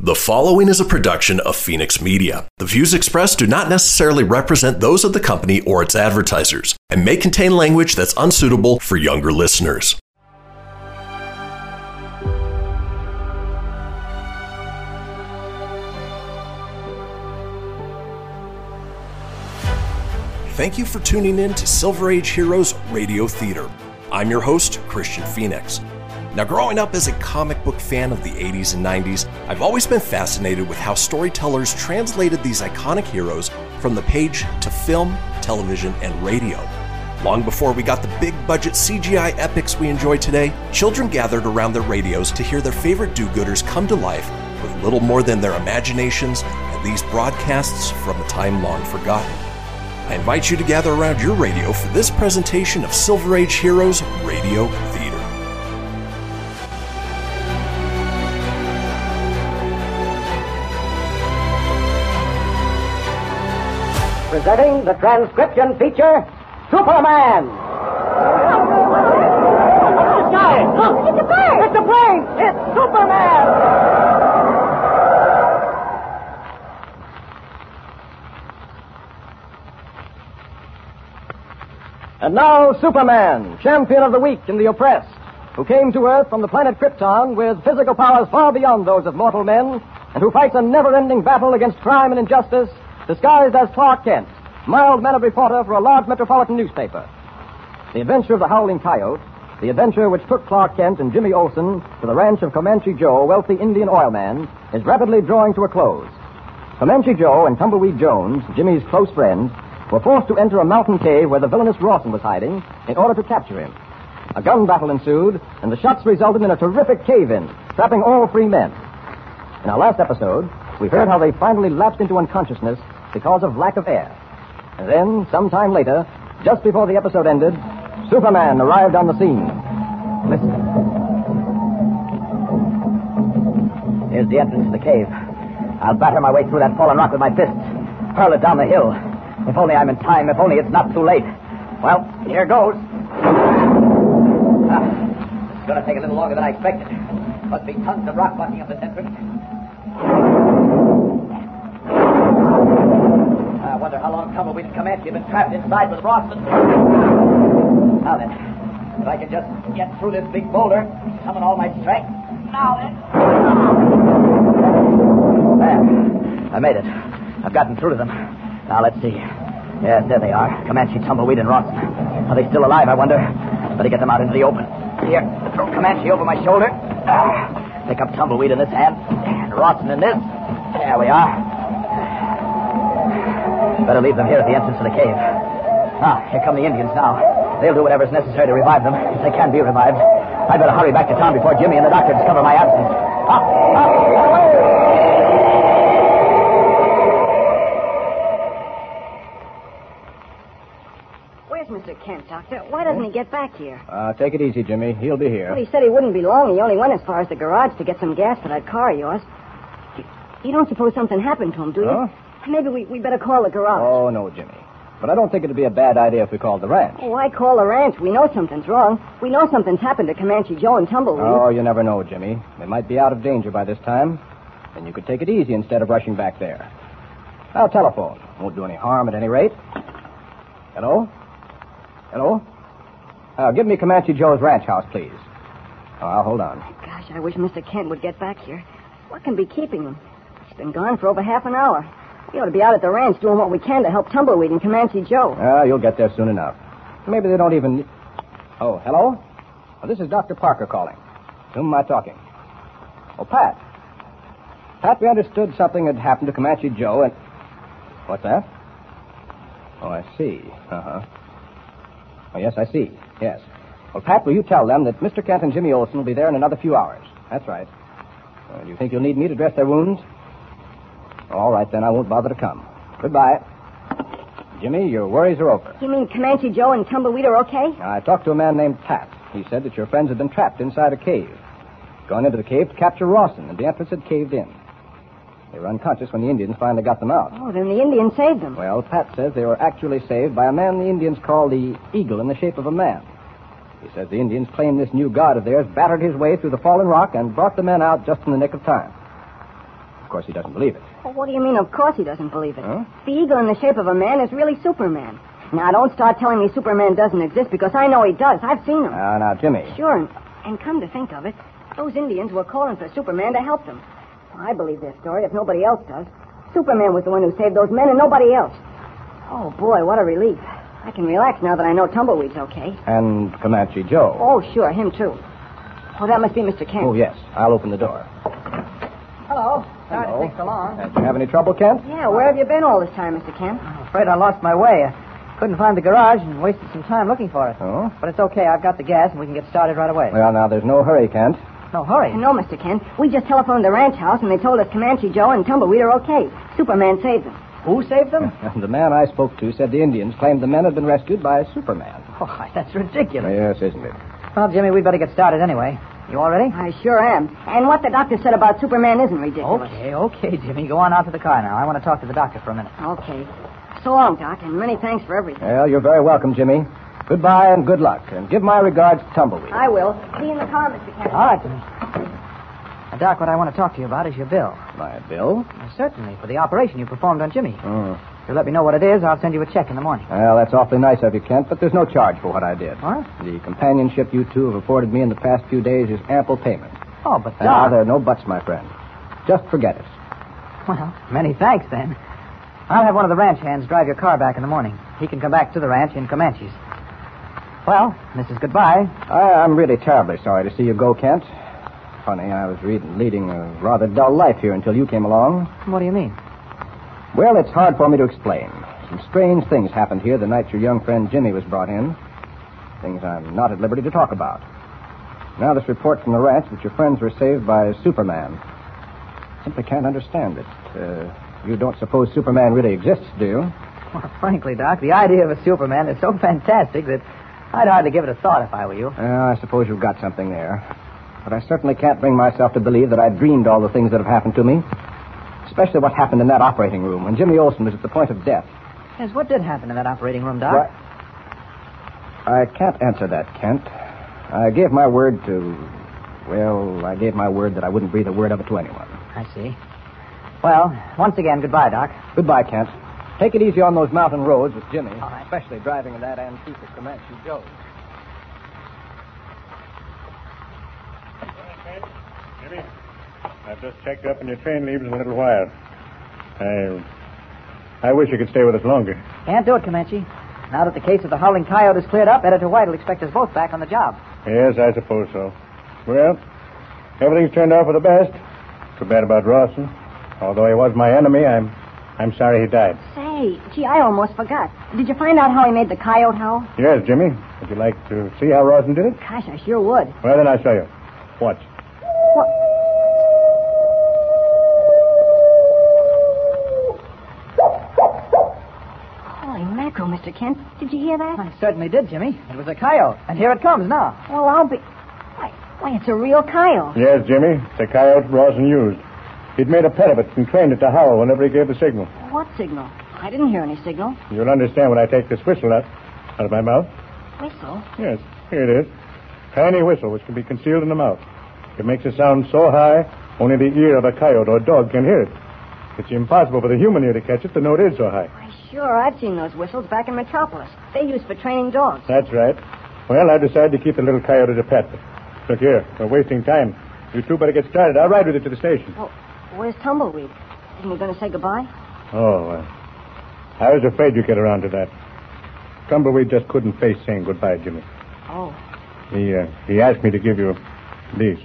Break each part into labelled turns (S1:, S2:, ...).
S1: The following is a production of Phoenix Media. The views expressed do not necessarily represent those of the company or its advertisers and may contain language that's unsuitable for younger listeners. Thank you for tuning in to Silver Age Heroes Radio Theater. I'm your host, Christian Phoenix. Now, growing up as a comic book fan of the 80s and 90s, I've always been fascinated with how storytellers translated these iconic heroes from the page to film, television, and radio. Long before we got the big budget CGI epics we enjoy today, children gathered around their radios to hear their favorite do gooders come to life with little more than their imaginations and these broadcasts from a time long forgotten. I invite you to gather around your radio for this presentation of Silver Age Heroes Radio Theater.
S2: presenting the transcription feature Superman. It's a plane! It's a plane! It's Superman! And now, Superman, champion of the weak and the oppressed, who came to Earth from the planet Krypton with physical powers far beyond those of mortal men, and who fights a never ending battle against crime and injustice, disguised as Clark Kent, mild mannered reporter for a large metropolitan newspaper. The Adventure of the Howling Coyote, the adventure which took Clark Kent and Jimmy Olsen to the ranch of Comanche Joe, wealthy Indian oil man, is rapidly drawing to a close. Comanche Joe and Tumbleweed Jones, Jimmy's close friend, were forced to enter a mountain cave where the villainous Rawson was hiding in order to capture him. A gun battle ensued, and the shots resulted in a terrific cave-in, trapping all three men. In our last episode, we heard how they finally lapsed into unconsciousness because of lack of air. And then, sometime later, just before the episode ended, Superman arrived on the scene. Listen. Here's the entrance to the cave. I'll batter my way through that fallen rock with my fists, hurl it down the hill. If only I'm in time, if only it's not too late. Well, here goes. Ah, it's going to take a little longer than I expected. Must be tons of rock blocking up this entrance. I wonder how long Tumbleweed and Comanche have been trapped inside with Rawson. Now then, if I can just get through this big boulder, summon all my strength. Now then. There. I made it. I've gotten through to them. Now let's see. Yes, there they are. Comanche, Tumbleweed, and Rawson. Are they still alive, I wonder? Better get them out into the open. Here, throw Comanche over my shoulder. Ah, Pick up Tumbleweed in this hand, and Rawson in this. There we are. Better leave them here at the entrance to the cave. Ah, here come the Indians now. They'll do whatever's necessary to revive them, if they can be revived. I'd better hurry back to town before Jimmy and the doctor discover my absence. Up, up,
S3: Where's Mr. Kent, Doctor? Why doesn't he get back here?
S4: Uh, take it easy, Jimmy. He'll be here.
S3: Well, he said he wouldn't be long. He only went as far as the garage to get some gas for that car of yours. You, you don't suppose something happened to him, do you?
S4: Huh?
S3: Maybe we, we better call the garage.
S4: Oh, no, Jimmy. But I don't think it'd be a bad idea if we called the ranch.
S3: why call the ranch? We know something's wrong. We know something's happened to Comanche Joe and Tumbleweed.
S4: Oh, you never know, Jimmy. They might be out of danger by this time. And you could take it easy instead of rushing back there. I'll telephone. Won't do any harm at any rate. Hello? Hello? Uh, give me Comanche Joe's ranch house, please. Oh, I'll hold on.
S3: Gosh, I wish Mr. Kent would get back here. What can be keeping him? He's been gone for over half an hour. We ought to be out at the ranch doing what we can to help Tumbleweed and Comanche Joe.
S4: Ah, you'll get there soon enough. Maybe they don't even. Oh, hello? Oh, this is Dr. Parker calling. To whom am I talking? Oh, Pat. Pat, we understood something had happened to Comanche Joe and. What's that? Oh, I see. Uh huh. Oh, yes, I see. Yes. Well, Pat, will you tell them that Mr. Kent and Jimmy Olsen will be there in another few hours? That's right. Uh, do you think you'll need me to dress their wounds? All right, then. I won't bother to come. Goodbye. Jimmy, your worries are over.
S3: You mean Comanche Joe and Tumbleweed are okay?
S4: I talked to a man named Pat. He said that your friends had been trapped inside a cave. Gone into the cave to capture Rawson, and the entrance had caved in. They were unconscious when the Indians finally got them out.
S3: Oh, then the Indian saved them.
S4: Well, Pat says they were actually saved by a man the Indians call the Eagle in the shape of a man. He says the Indians claim this new god of theirs battered his way through the fallen rock and brought the men out just in the nick of time. Of course, he doesn't believe it.
S3: Well, what do you mean, of course he doesn't believe it?
S4: Huh?
S3: The eagle in the shape of a man is really Superman. Now, don't start telling me Superman doesn't exist because I know he does. I've seen him.
S4: Ah, Now, now, Jimmy.
S3: Sure, and, and come to think of it, those Indians were calling for Superman to help them. I believe their story if nobody else does. Superman was the one who saved those men and nobody else. Oh, boy, what a relief. I can relax now that I know Tumbleweed's okay.
S4: And Comanche Joe.
S3: Oh, sure, him too. Oh, that must be Mr. Kent.
S4: Oh, yes. I'll open the door.
S3: Hello. Sorry
S4: Hello.
S3: to take so long.
S4: Uh, did you have any trouble, Kent?
S3: Yeah, where have you been all this time, Mr. Kent?
S5: I'm afraid I lost my way. I couldn't find the garage and wasted some time looking for it.
S4: Oh?
S5: But it's okay. I've got the gas and we can get started right away.
S4: Well, now, there's no hurry, Kent.
S5: No hurry.
S3: No, Mr. Kent. We just telephoned the ranch house and they told us Comanche Joe and Tumbleweed are okay. Superman saved them.
S5: Who saved them?
S4: the man I spoke to said the Indians claimed the men had been rescued by Superman.
S5: Why, that's ridiculous.
S4: Yes, isn't it?
S5: Well, Jimmy, we'd better get started anyway. You all ready?
S3: I sure am. And what the doctor said about Superman isn't ridiculous.
S5: Okay, okay, Jimmy. Go on out to the car now. I want to talk to the doctor for a minute.
S3: Okay. So long, Doc, and many thanks for everything.
S4: Well, you're very welcome, Jimmy. Goodbye and good luck. And give my regards to Tumbleweed.
S3: I will. Be in the car, Mr. Kent.
S5: All right, Jimmy. Now, Uh, Doc, what I want to talk to you about is your bill.
S4: My bill?
S5: Now, certainly, for the operation you performed on Jimmy.
S4: Hmm.
S5: If you let me know what it is, I'll send you a check in the morning.
S4: Well, that's awfully nice of you, Kent, but there's no charge for what I did.
S5: What?
S4: The companionship you two have afforded me in the past few days is ample payment.
S5: Oh, but
S4: Ah,
S5: Doc.
S4: there are no buts, my friend. Just forget it.
S5: Well, many thanks then. I'll have one of the ranch hands drive your car back in the morning. He can come back to the ranch in Comanches. Well, Mrs. Goodbye.
S4: I, I'm really terribly sorry to see you go, Kent. Funny, I was reading, leading a rather dull life here until you came along.
S5: What do you mean?
S4: Well, it's hard for me to explain. Some strange things happened here the night your young friend Jimmy was brought in. Things I'm not at liberty to talk about. Now, this report from the ranch that your friends were saved by Superman. Simply can't understand it. Uh, you don't suppose Superman really exists, do you?
S5: Well, frankly, Doc, the idea of a Superman is so fantastic that I'd hardly give it a thought if I were you.
S4: Well, Uh, I suppose you've got something there. But I certainly can't bring myself to believe that I dreamed all the things that have happened to me. Especially what happened in that operating room when Jimmy Olsen was at the point of death.
S5: Yes, what did happen in that operating room, Doc?
S4: Why- I can't answer that, Kent. I gave my word to. Well, I gave my word that I wouldn't breathe a word of it to anyone.
S5: I see. Well, once again, goodbye, Doc.
S4: Goodbye, Kent. Take it easy on those mountain roads with Jimmy,
S5: All right.
S4: especially driving in that antique of Comanche Joe.
S6: Jimmy, I've just checked up and your train leaves in a little while. I, I wish you could stay with us longer.
S5: Can't do it, Comanche. Now that the case of the howling coyote is cleared up, Editor White will expect us both back on the job.
S6: Yes, I suppose so. Well, everything's turned out for the best. Too bad about Rawson. Although he was my enemy, I'm, I'm sorry he died.
S3: Say, gee, I almost forgot. Did you find out how he made the coyote howl?
S6: Yes, Jimmy. Would you like to see how Rawson did it?
S3: Gosh, I sure would.
S6: Well, then I'll show you. Watch.
S3: What? Holy mackerel, Mr. Kent. Did you hear that?
S5: I certainly did, Jimmy. It was a coyote, and here it comes now.
S3: Well, I'll be. Why, why it's a real coyote.
S6: Yes, Jimmy. It's a coyote Rawson used. He'd made a pet of it and trained it to howl whenever he gave the signal.
S3: What signal? I didn't hear any signal.
S6: You'll understand when I take this whistle out, out of my mouth.
S3: Whistle?
S6: Yes, here it is. Tiny whistle which can be concealed in the mouth. It makes a sound so high, only the ear of a coyote or dog can hear it. It's impossible for the human ear to catch it, the note is so high.
S3: Why, sure, I've seen those whistles back in Metropolis. They used for training dogs.
S6: That's right. Well, I decided to keep the little coyote as a pet. Look here, we're wasting time. You two better get started. I'll ride with you to the station.
S3: Well, where's Tumbleweed? Isn't he going to say goodbye?
S6: Oh, uh, I was afraid you'd get around to that. Tumbleweed just couldn't face saying goodbye, Jimmy.
S3: Oh,
S6: He, uh, he asked me to give you these.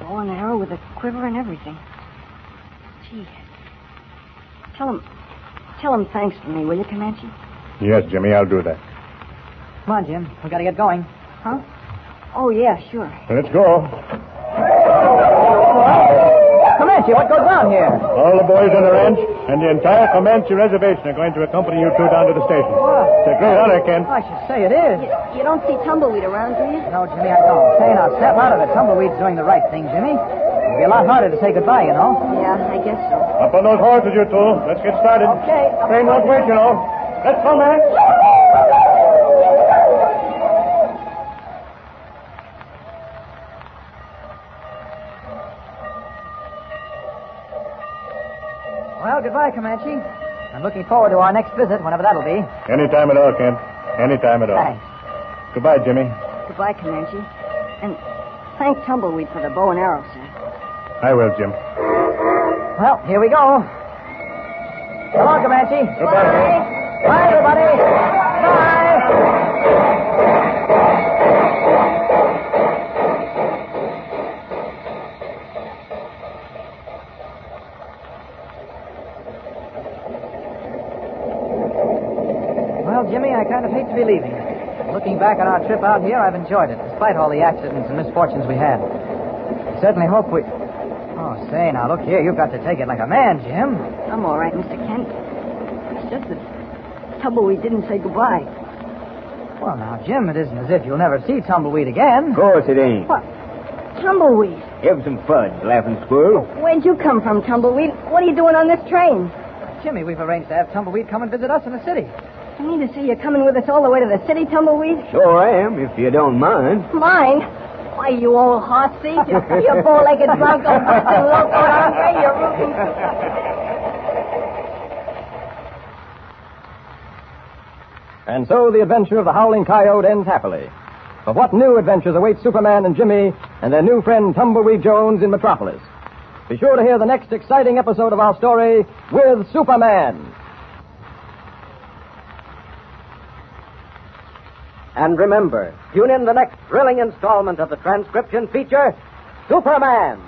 S3: bow and arrow with a quiver and everything. Gee. Tell him, tell him thanks for me, will you, Comanche?
S6: Yes, Jimmy, I'll do that.
S5: Come on, Jim. We gotta get going.
S3: Huh? Oh, yeah, sure.
S6: Let's go.
S5: Comanche, what goes on here?
S6: All the boys on the ranch and the entire Comanche reservation are going to accompany you two down to the station. It's a great honor, Kent.
S5: I should say it is.
S3: You, you don't see Tumbleweed around, do you?
S5: No, Jimmy, I don't. Say now, snap out of it. Tumbleweed's doing the right thing, Jimmy. It'd be a lot harder to say goodbye, you know.
S3: Yeah, I guess so.
S6: Up on those horses, you two. Let's get started.
S3: Okay.
S6: Train won't wait, you know. Let's go, man.
S5: Well, goodbye, Comanche. I'm looking forward to our next visit, whenever that'll be.
S6: Any time at all, Kent. Any time at all.
S5: Thanks.
S6: Goodbye, Jimmy.
S3: Goodbye, Comanche. And thank Tumbleweed for the bow and arrow, sir.
S6: I will, Jim.
S5: Well, here we go. So long, Comanche.
S6: Goodbye.
S5: Bye, everybody. Bye. Well, Jimmy, I kind of hate to be leaving. Looking back on our trip out here, I've enjoyed it, despite all the accidents and misfortunes we had. I certainly hope we. Oh, say, now look here, you've got to take it like a man, Jim.
S3: I'm all right, Mr. Kent. It's just that Tumbleweed didn't say goodbye.
S5: Well, now, Jim, it isn't as if you'll never see Tumbleweed again.
S7: Of course it ain't.
S3: What? Tumbleweed?
S7: Have some fun, laughing squirrel.
S3: Where'd you come from, Tumbleweed? What are you doing on this train?
S5: Jimmy, we've arranged to have Tumbleweed come and visit us in the city.
S3: I mean to say you're coming with us all the way to the city, Tumbleweed?
S7: Sure am, if you don't mind.
S3: Mine? Why, you old horsey. You, you bow-legged bronco busting loco down there. You're rooting.
S4: And so the adventure of the Howling Coyote ends happily. But what new adventures await Superman and Jimmy and their new friend Tumbleweed Jones in Metropolis? Be sure to hear the next exciting episode of our story with Superman. And remember, tune in the next thrilling installment of the transcription feature, Superman.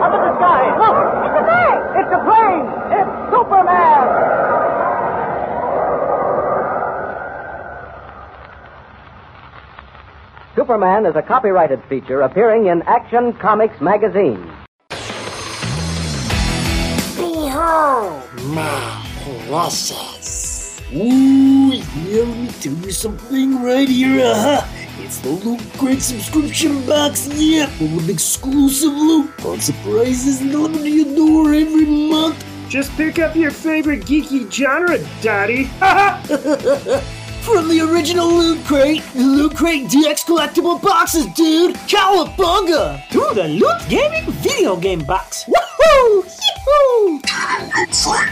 S4: Up in the sky, look! It's a plane! It's a plane! It's Superman! Superman is a copyrighted feature appearing in Action Comics magazine.
S8: Behold my colossus. Ooh, yeah, let me tell you something right here. Uh-huh. It's the Loot Crate subscription box, yeah, full of exclusive loot, fun surprises delivered to your door every month.
S9: Just pick up your favorite geeky genre, Daddy.
S8: From the original Loot Crate, the Loot Crate DX collectible boxes, dude! Cowabunga!
S10: to the Loot Gaming video game box.
S8: Woohoo! Yee-hoo!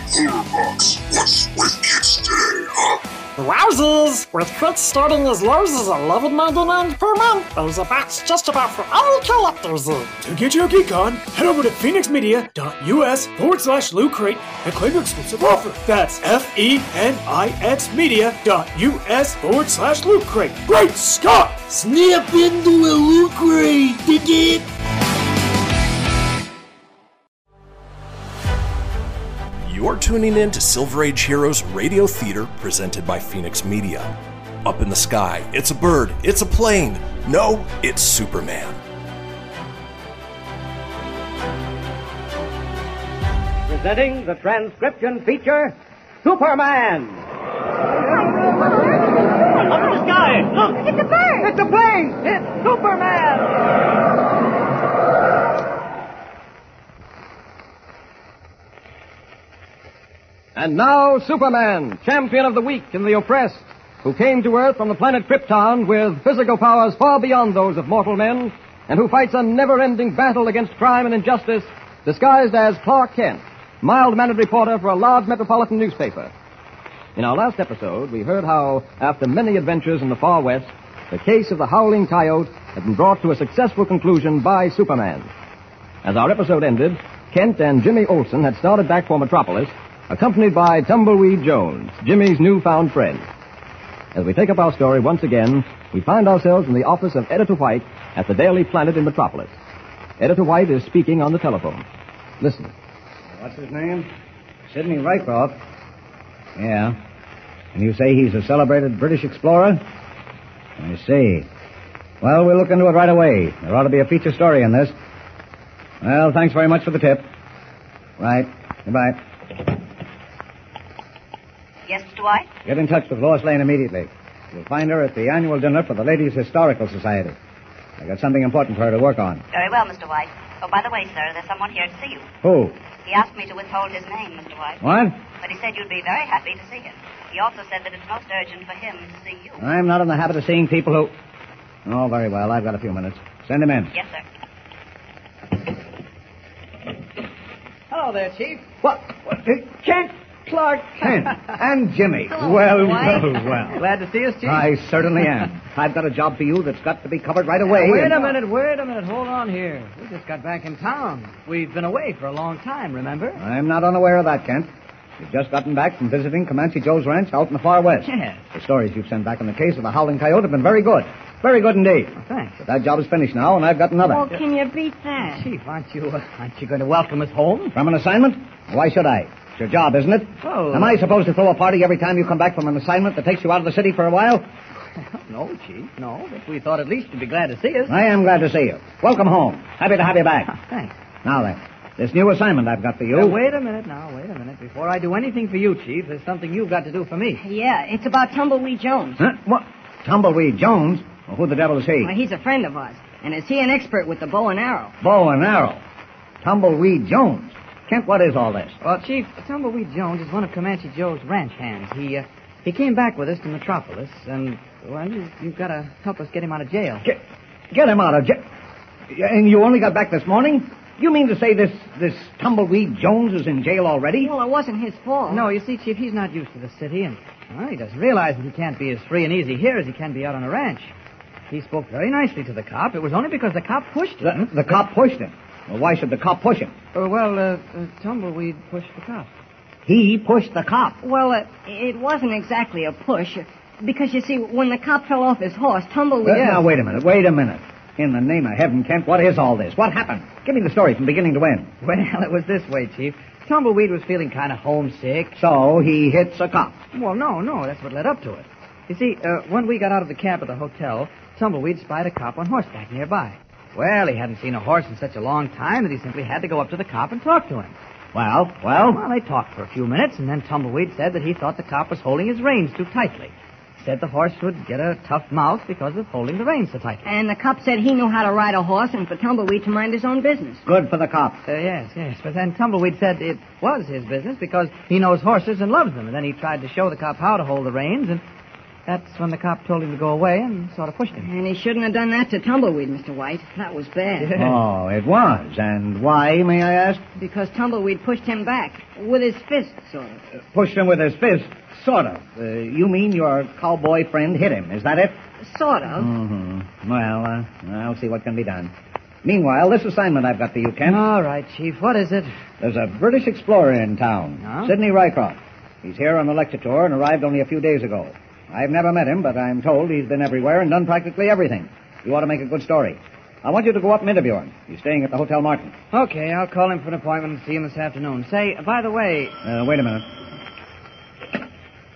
S10: Wowzers! With crits starting as low as 11.99 per month, there's a box just about for all collectors.
S9: to get your geek on, head over to phoenixmedia.us forward slash loot crate and claim your exclusive offer. That's F E N I X media.us forward slash loot crate. Great Scott!
S8: Snap into a Loot Crate! Dig it?
S1: You're tuning in to Silver Age Heroes Radio Theater presented by Phoenix Media. Up in the sky, it's a bird, it's a plane. No, it's Superman.
S4: Presenting the transcription feature, Superman. Up in the sky! Look! It's a bird! It's a plane! It's Superman! And now, Superman, champion of the weak and the oppressed, who came to Earth from the planet Krypton with physical powers far beyond those of mortal men, and who fights a never-ending battle against crime and injustice, disguised as Clark Kent, mild-mannered reporter for a large metropolitan newspaper. In our last episode, we heard how, after many adventures in the far west, the case of the howling coyote had been brought to a successful conclusion by Superman. As our episode ended, Kent and Jimmy Olsen had started back for Metropolis, accompanied by Tumbleweed Jones, Jimmy's newfound friend. As we take up our story once again, we find ourselves in the office of Editor White at the Daily Planet in Metropolis. Editor White is speaking on the telephone. Listen.
S7: What's his name? Sidney Rycroft. Yeah. And you say he's a celebrated British explorer? I see. Well, we'll look into it right away. There ought to be a feature story in this. Well, thanks very much for the tip. Right. Goodbye.
S3: Yes, Dwight?
S7: Get in touch with Lois Lane immediately. You'll find her at the annual dinner for the Ladies Historical Society. I got something important for her to work on.
S11: Very well, Mr. White. Oh, by the way, sir, there's someone here to see you.
S7: Who?
S11: He asked me to withhold his name, Mr. White,
S7: What?
S11: but he said you'd be very happy to see him. He also said that it's most urgent for him to see you.
S7: I'm not in the habit of seeing people who. Oh, very well. I've got a few minutes. Send him in.
S11: Yes, sir.
S5: Hello there, Chief.
S7: What? what uh, Kent Clark Kent and Jimmy.
S5: Hello,
S7: well,
S5: Dwight.
S7: well, well.
S5: Glad to see us, Chief.
S7: I certainly am. I've got a job for you that's got to be covered right
S5: Now,
S7: away.
S5: wait
S7: and-
S5: a minute, wait a minute. Hold on here. We just got back in town. We've been away for a long time, remember?
S7: I'm not unaware of that, Kent. You've just gotten back from visiting Comanche Joe's ranch out in the far west.
S5: Yes.
S7: The stories you've sent back on the case of the howling coyote have been very good. Very good indeed.
S5: Thanks.
S7: But that job is finished now, and I've got another.
S3: Oh, can you beat that?
S5: Chief, aren't you uh, aren't you going to welcome us home?
S7: From an assignment? Why should I? It's your job, isn't it?
S5: Oh.
S7: Am I supposed to throw a party every time you come back from an assignment that takes you out of the city for a while?
S5: No, Chief, no. But we thought at least you'd be glad to see us.
S7: I am glad to see you. Welcome home. Happy to have you
S3: Oh,
S7: back.
S5: Thanks.
S7: Now then, this new assignment I've got for you.
S5: Now, wait a minute now, wait a minute. Before I do anything for you, Chief, there's something you've got to do for me.
S3: Yeah, it's about Tumbleweed Jones.
S7: Huh? What? Tumbleweed Jones? Well, who the devil is he?
S3: Well, he's a friend of ours. And is he an expert with the bow and arrow?
S7: Bow and arrow. Tumbleweed Jones. Kent, what is all this?
S5: Well, Chief, Tumbleweed Jones is one of Comanche Joe's ranch hands. He uh, he came back with us to Metropolis, and well, you, you've got to help us get him out of jail.
S7: Get, get him out of jail. And you only got back this morning? You mean to say this this Tumbleweed Jones is in jail already?
S3: Well, it wasn't his fault.
S5: No, you see, Chief, he's not used to the city, and well, he doesn't realize that he can't be as free and easy here as he can be out on a ranch. He spoke very nicely to the cop. It was only because the cop pushed him.
S7: The, the cop pushed him. Well, why should the cop push him?
S5: Oh, well, uh, uh, Tumbleweed pushed the cop.
S7: He pushed the cop.
S3: Well, it, it wasn't exactly a push. Because, you see, when the cop fell off his horse, Tumbleweed...
S7: Well, Now, wait a minute. Wait a minute. In the name of heaven, Kent, what is all this? What happened? Give me the story from beginning to end.
S5: Well, it was this way, Chief. Tumbleweed was feeling kind of homesick.
S7: So he hits a cop.
S5: Well, no, no, that's what led up to it. You see, uh, when we got out of the cab at the hotel, Tumbleweed spied a cop on horseback nearby. Well, he hadn't seen a horse in such a long time that he simply had to go up to the cop and talk to him.
S7: Well, well,
S5: Well, they talked for a few minutes, and then Tumbleweed said that he thought the cop was holding his reins too tightly. He said the horse would get a tough mouth because of holding the reins so tightly.
S3: And the cop said he knew how to ride a horse and for Tumbleweed to mind his own business.
S7: good for the cop.
S5: Uh, yes, yes. But then Tumbleweed said it was his business because he knows horses and loves them. And then he tried to show the cop how to hold the reins, and that's when the cop told him to go away and sort of pushed him.
S3: And he shouldn't have done that to Tumbleweed, Mr. White. That was bad.
S7: Oh, it was. And why, may I ask?
S3: Because Tumbleweed pushed him back with his fist, sort of.
S7: Pushed him with his fist, sort of. Uh, you mean your cowboy friend hit him, is that it?
S3: Sort of.
S7: Mm-hmm. Well, uh, I'll see what can be done. Meanwhile, this assignment I've got for you, Kent.
S5: All right, Chief. What is it?
S7: There's a British explorer in town,
S5: Huh?
S7: Sidney Rycroft. He's here on a lecture tour and arrived only a few days ago. I've never met him, but I'm told he's been everywhere and done practically everything. You ought to make a good story. I want you to go up and interview him. He's staying at the Hotel Martin.
S5: Okay, I'll call him for an appointment and see him this afternoon. Say, by the way,
S7: Uh, wait a minute.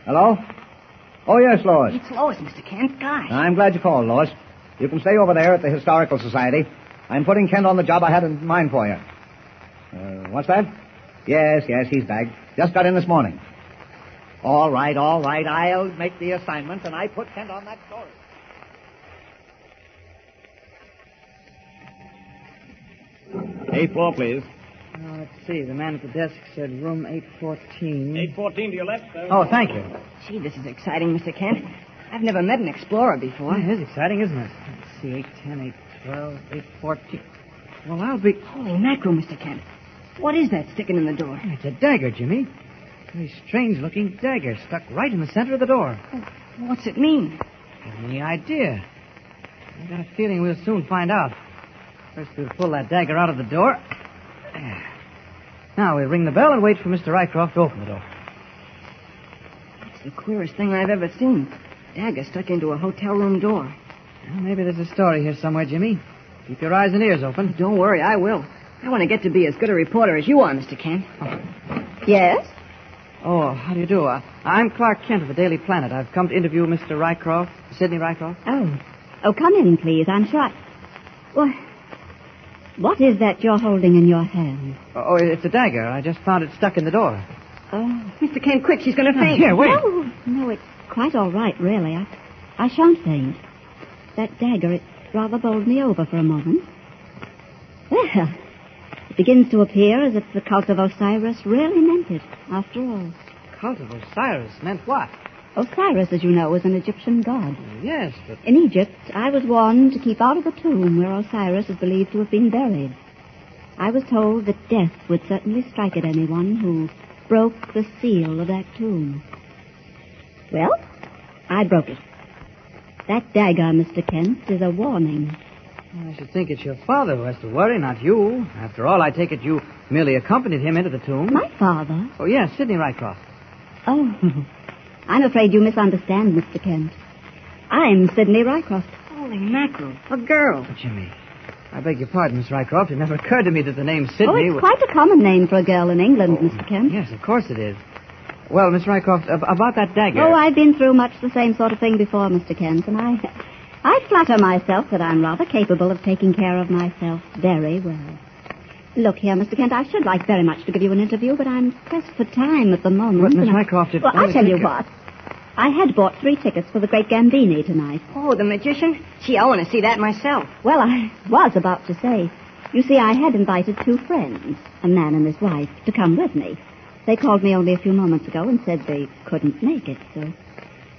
S7: Hello? Oh, yes, Lois.
S3: It's Lois, Mr. Kent. Gosh.
S7: I'm glad you called, Lois. You can stay over there at the Historical Society. I'm putting Kent on the job I had in mind for you. Uh, what's that? Yes, yes, he's back. Just got in this morning. All right, all right. I'll make the assignment, and I put Kent on that story. Eighth floor, please.
S5: uh, let's see. The man at the desk said room 814.
S7: 814 to your left, sir.
S5: Oh, thank you.
S3: Gee, this is exciting, Mr. Kent. I've never met an explorer before.
S5: Well, it is exciting, isn't it? Let's see, 810, 812, 814. Well, I'll be.
S3: Holy mackerel, Mr. Kent. What is that sticking in the door?
S5: It's a dagger, Jimmy. Very strange looking dagger stuck right in the center of the door.
S3: Oh, What's it mean?
S5: Any idea? I got a feeling we'll soon find out. First, we'll pull that dagger out of the door. There. Now we'll ring the bell and wait for Mr. Rycroft to open the door.
S3: It's the queerest thing I've ever seen. Dagger stuck into a hotel room door.
S5: Well, maybe there's a story here somewhere, Jimmy. Keep your eyes and ears open.
S3: Don't worry, I will. I want to get to be as good a reporter as you are, Mr. Kent. Yes?
S5: Oh, how do you do? Uh, I'm Clark Kent of the Daily Planet. I've come to interview Mr. Rycroft, Sidney Rycroft.
S11: Oh. Oh, come in, please. I'm sure. I... What? What is that you're holding in your hand?
S5: Oh, it's a dagger. I just found it stuck in the door. Uh,
S11: Oh.
S3: Mr. Kent, quick, she's going to faint.
S5: Here, wait.
S11: No, no, it's quite all right, really. I, I shan't faint. That dagger, it rather bowled me over for a moment. Well, it begins to appear as if the cult of Osiris really meant it, after all.
S5: Cult of Osiris meant what?
S11: Osiris, as you know, is an Egyptian god.
S5: Yes, but
S11: In Egypt, I was warned to keep out of the tomb where Osiris is believed to have been buried. I was told that death would certainly strike at anyone who broke the seal of that tomb. Well, I broke it. That dagger, Mr. Kent, is a warning.
S5: I should think it's your father who has to worry, not you. After all, I take it you merely accompanied him into the tomb.
S11: My father?
S5: Oh, yes, Sidney Rycroft.
S11: Oh, I'm afraid you misunderstand, Mr. Kent. I'm Sidney Rycroft.
S3: Holy mackerel, a girl.
S5: Oh, Jimmy, I beg your pardon, Miss Rycroft. It never occurred to me that the name Sidney
S11: oh, it's
S5: was...
S11: quite a common name for a girl in England, Mr. Kent.
S5: Yes, of course it is. Well, Miss Rycroft, ab- about that dagger...
S11: Oh, I've been through much the same sort of thing before, Mr. Kent, and I, I flatter myself that I'm rather capable of taking care of myself very well. Look here, Mr. Kent, I should like very much to give you an interview, but I'm pressed for time at the moment.
S5: But, Miss
S11: and I-
S5: Rycroft, if
S11: Well,
S5: only
S11: I'll tell
S5: we
S11: you
S5: could-
S11: what. I had bought three tickets for the Great Gambini tonight.
S3: Oh, the magician? Gee, I want to see that myself.
S11: Well, I was about to say. You see, I had invited two friends, a man and his wife, to come with me. They called me only a few moments ago and said they couldn't make it, so.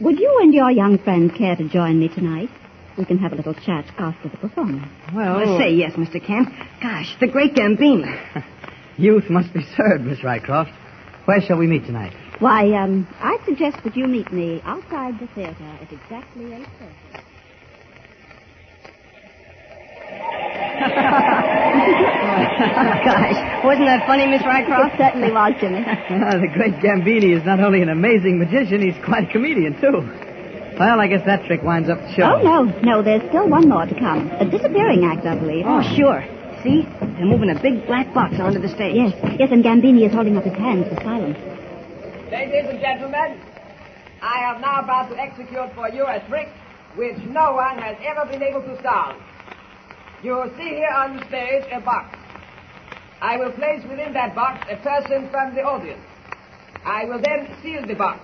S11: Would you and your young friend care to join me tonight? We can have a little chat after the performance.
S3: I say yes, Mr. Kent. Gosh, the great Gambino.
S5: Youth must be served, Miss Rycroft. Where shall we meet tonight?
S11: Why, um, I suggest that you meet me outside the theater at exactly 8.30.
S3: Oh, Gosh, wasn't that funny, Miss Rycroft?
S11: It certainly was, Jimmy.
S5: Ah, the great Gambini is not only an amazing magician, he's quite a comedian, too. Well, I guess that trick winds up the show.
S11: Oh, no, no, there's still one more to come. A disappearing act, I believe. Hmm.
S3: Oh, sure. See? They're moving a big black box onto the stage.
S11: Yes, yes, and Gambini is holding up his hands for silence.
S12: Ladies and gentlemen, I am now about to execute for you a trick which no one has ever been able to solve. You will see here on the stage a box. I will place within that box a person from the audience. I will then seal the box.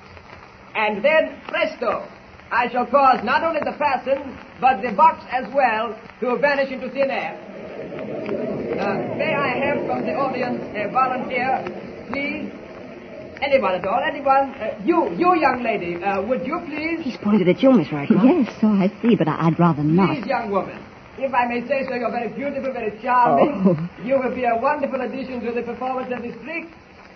S12: And then, presto, I shall cause not only the person, but the box as well to vanish into thin air. Uh, may I have from the audience a volunteer, please? Anyone at all, anyone? Uh, you, you young lady, uh, would you please?
S3: He's pointed at you, Miss Rycroft.
S11: Yes, so I see, but I- I'd rather not.
S12: Please, young woman, if I may say so, you're very beautiful, very charming.
S5: Oh.
S12: You will be a wonderful addition to the performance of this trick.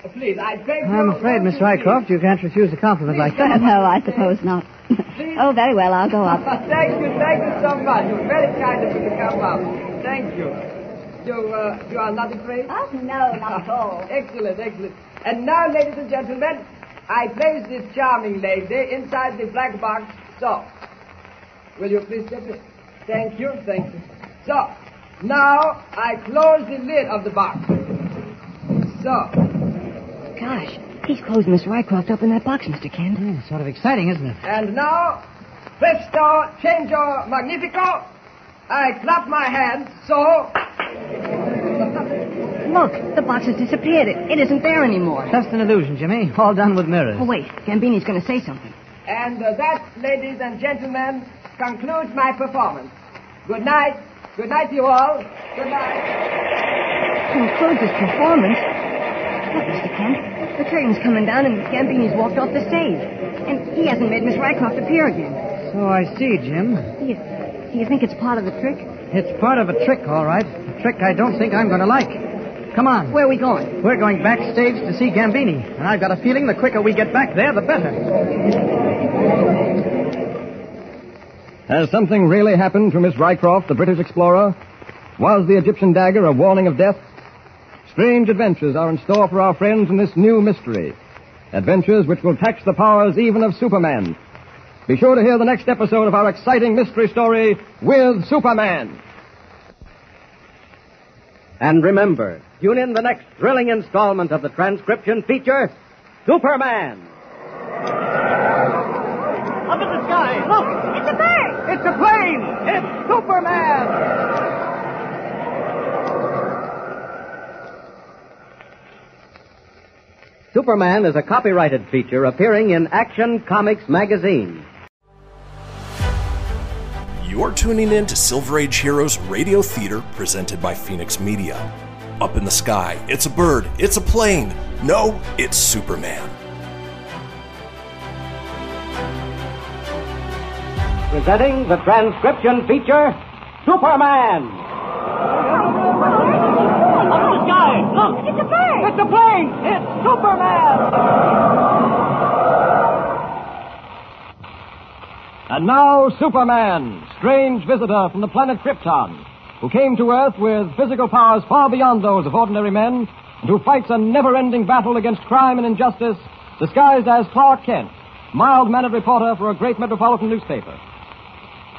S12: Uh, Please, I beg you.
S5: I'm afraid, Miss Rycroft, you can't refuse a compliment like
S11: Oh,
S5: that.
S11: no, I suppose not. oh, very well, I'll go up.
S12: thank you, thank you so much. You're very kind of you to come up. Thank you. You, uh, you are not afraid?
S11: Oh, no, not at all.
S12: excellent, excellent. And now, ladies and gentlemen, I place this charming lady inside the black box. So, will you please step in? Thank you, thank you. So, now I close the lid of the box. So,
S3: Gosh, he's closed Miss Rycroft up in that box, Mr. Kent.
S5: Hmm, sort of exciting, isn't it?
S12: And now, presto, chango, magnifico. I clap my hands, so.
S3: Look, the box has disappeared. It, it isn't there anymore.
S5: Just an illusion, Jimmy. All done with mirrors.
S3: Oh, wait. Gambini's going to say something.
S12: And uh, that, ladies and gentlemen, concludes my performance. Good night. Good night, you all. Good night.
S3: Concludes his performance. Look, Mr. Kent, the curtain's coming down and Gambini's walked off the stage. And he hasn't made Miss Rycroft appear again.
S5: So I see, Jim.
S3: Do you, do you think it's part of the trick?
S5: It's part of a trick, all right. A trick I don't think I'm going to like. Come on. Where
S3: are we going?
S5: We're going backstage to see Gambini. And I've got a feeling the quicker we get back there, the better.
S13: Has something really happened to Miss Rycroft, the British explorer? Was the Egyptian dagger a warning of death? Strange adventures are in store for our friends in this new mystery. Adventures which will tax the powers even of Superman. Be sure to hear the next episode of our exciting mystery story with Superman.
S14: And remember, tune in the next thrilling installment of the transcription feature Superman.
S12: Up in the sky. Look. It's a bird. It's a plane. It's Superman.
S14: Superman is a copyrighted feature appearing in Action Comics magazine.
S1: You're tuning in to Silver Age Heroes Radio Theater presented by Phoenix Media. Up in the sky, it's a bird, it's a plane. No, it's Superman.
S14: Presenting the transcription feature Superman.
S12: Up in It's a plane! It's Superman!
S4: And now, Superman, strange visitor from the planet Krypton, who came to Earth with physical powers far beyond those of ordinary men, and who fights a never ending battle against crime and injustice, disguised as Clark Kent, mild mannered reporter for a great metropolitan newspaper.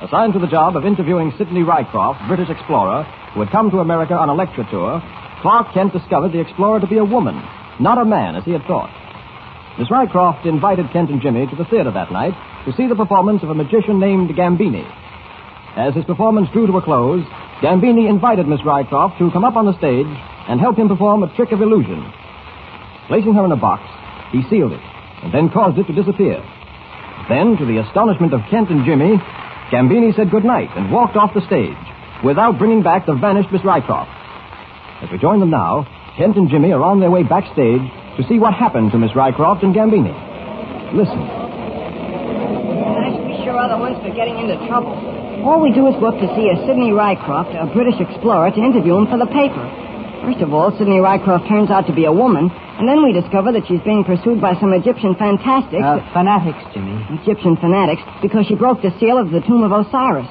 S4: Assigned to the job of interviewing Sidney Rycroft, British explorer, who had come to America on a lecture tour, Clark Kent discovered the explorer to be a woman, not a man, as he had thought. Miss Rycroft invited Kent and Jimmy to the theater that night to see the performance of a magician named Gambini. As his performance drew to a close, Gambini invited Miss Rycroft to come up on the stage and help him perform a trick of illusion. Placing her in a box, he sealed it and then caused it to disappear. Then, to the astonishment of Kent and Jimmy, Gambini said goodnight and walked off the stage without bringing back the vanished Miss Rycroft. As we join them now, Kent and Jimmy are on their way backstage to see what happened to Miss Rycroft and Gambini. Listen.
S3: Gosh, we sure are the ones for getting into trouble. All we do is go up to see a Sidney Rycroft, a British explorer, to interview him for the paper. First of all, Sidney Rycroft turns out to be a woman, and then we discover that she's being pursued by some Egyptian fantastics.
S5: Uh, fanatics, Jimmy.
S3: Egyptian fanatics, because she broke the seal of the tomb of Osiris.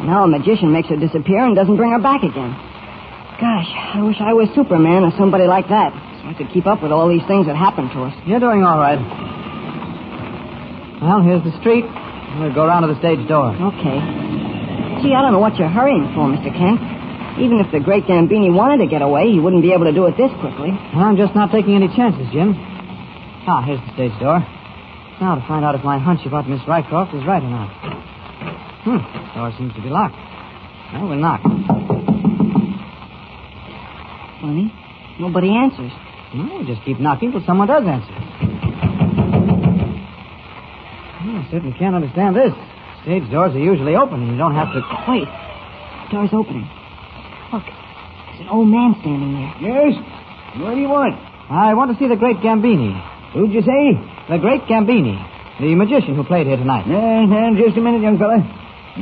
S3: And now a magician makes her disappear and doesn't bring her back again. Gosh, I wish I was Superman or somebody like that, so I could keep up with all these things that happen to us.
S5: You're doing all right. Well, here's the street. We'll go round to the stage door.
S3: Okay. Gee, I don't know what you're hurrying for, Mr. Kent. Even if the great Gambini wanted to get away, he wouldn't be able to do it this quickly.
S5: Well, I'm just not taking any chances, Jim. Ah, here's the stage door. Now to find out if my hunch about Miss Rycroft is right or not. Hmm, door seems to be locked. Well, we'll knock.
S3: Funny. Nobody answers.
S5: No, we just keep knocking till someone does answer. Well, I certainly can't understand this. Stage doors are usually open, and you don't have to.
S3: Wait. Door's opening. Look. There's an old man standing there.
S7: Yes? What do you want?
S5: I want to see the great Gambini.
S7: Who'd you say?
S5: The great Gambini. The magician who played here tonight.
S7: Now, now, just a minute, young fella.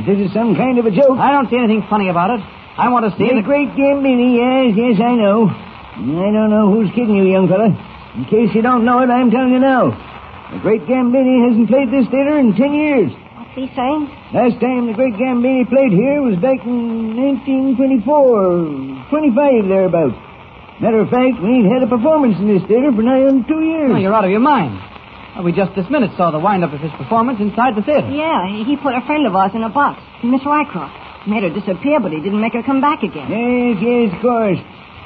S7: This is some kind of a joke.
S5: I don't see anything funny about it. I want to see
S7: the,
S5: the
S7: great Gambini. Yes, yes, I know. I don't know who's kidding you, young fella. In case you don't know it, I'm telling you now. The great Gambini hasn't played this theater in ten years.
S3: What's he saying?
S7: Last time the great Gambini played here was back in 1924, 25 thereabouts. Matter of fact, we ain't had a performance in this theater for nigh on two years.
S5: Oh, you're out of your mind. Well, we just this minute saw the wind-up of his performance inside the theater.
S3: Yeah, he put a friend of ours in a box, Miss Rycroft. Made her disappear, but he didn't make her come back again.
S7: Yes, yes, of course.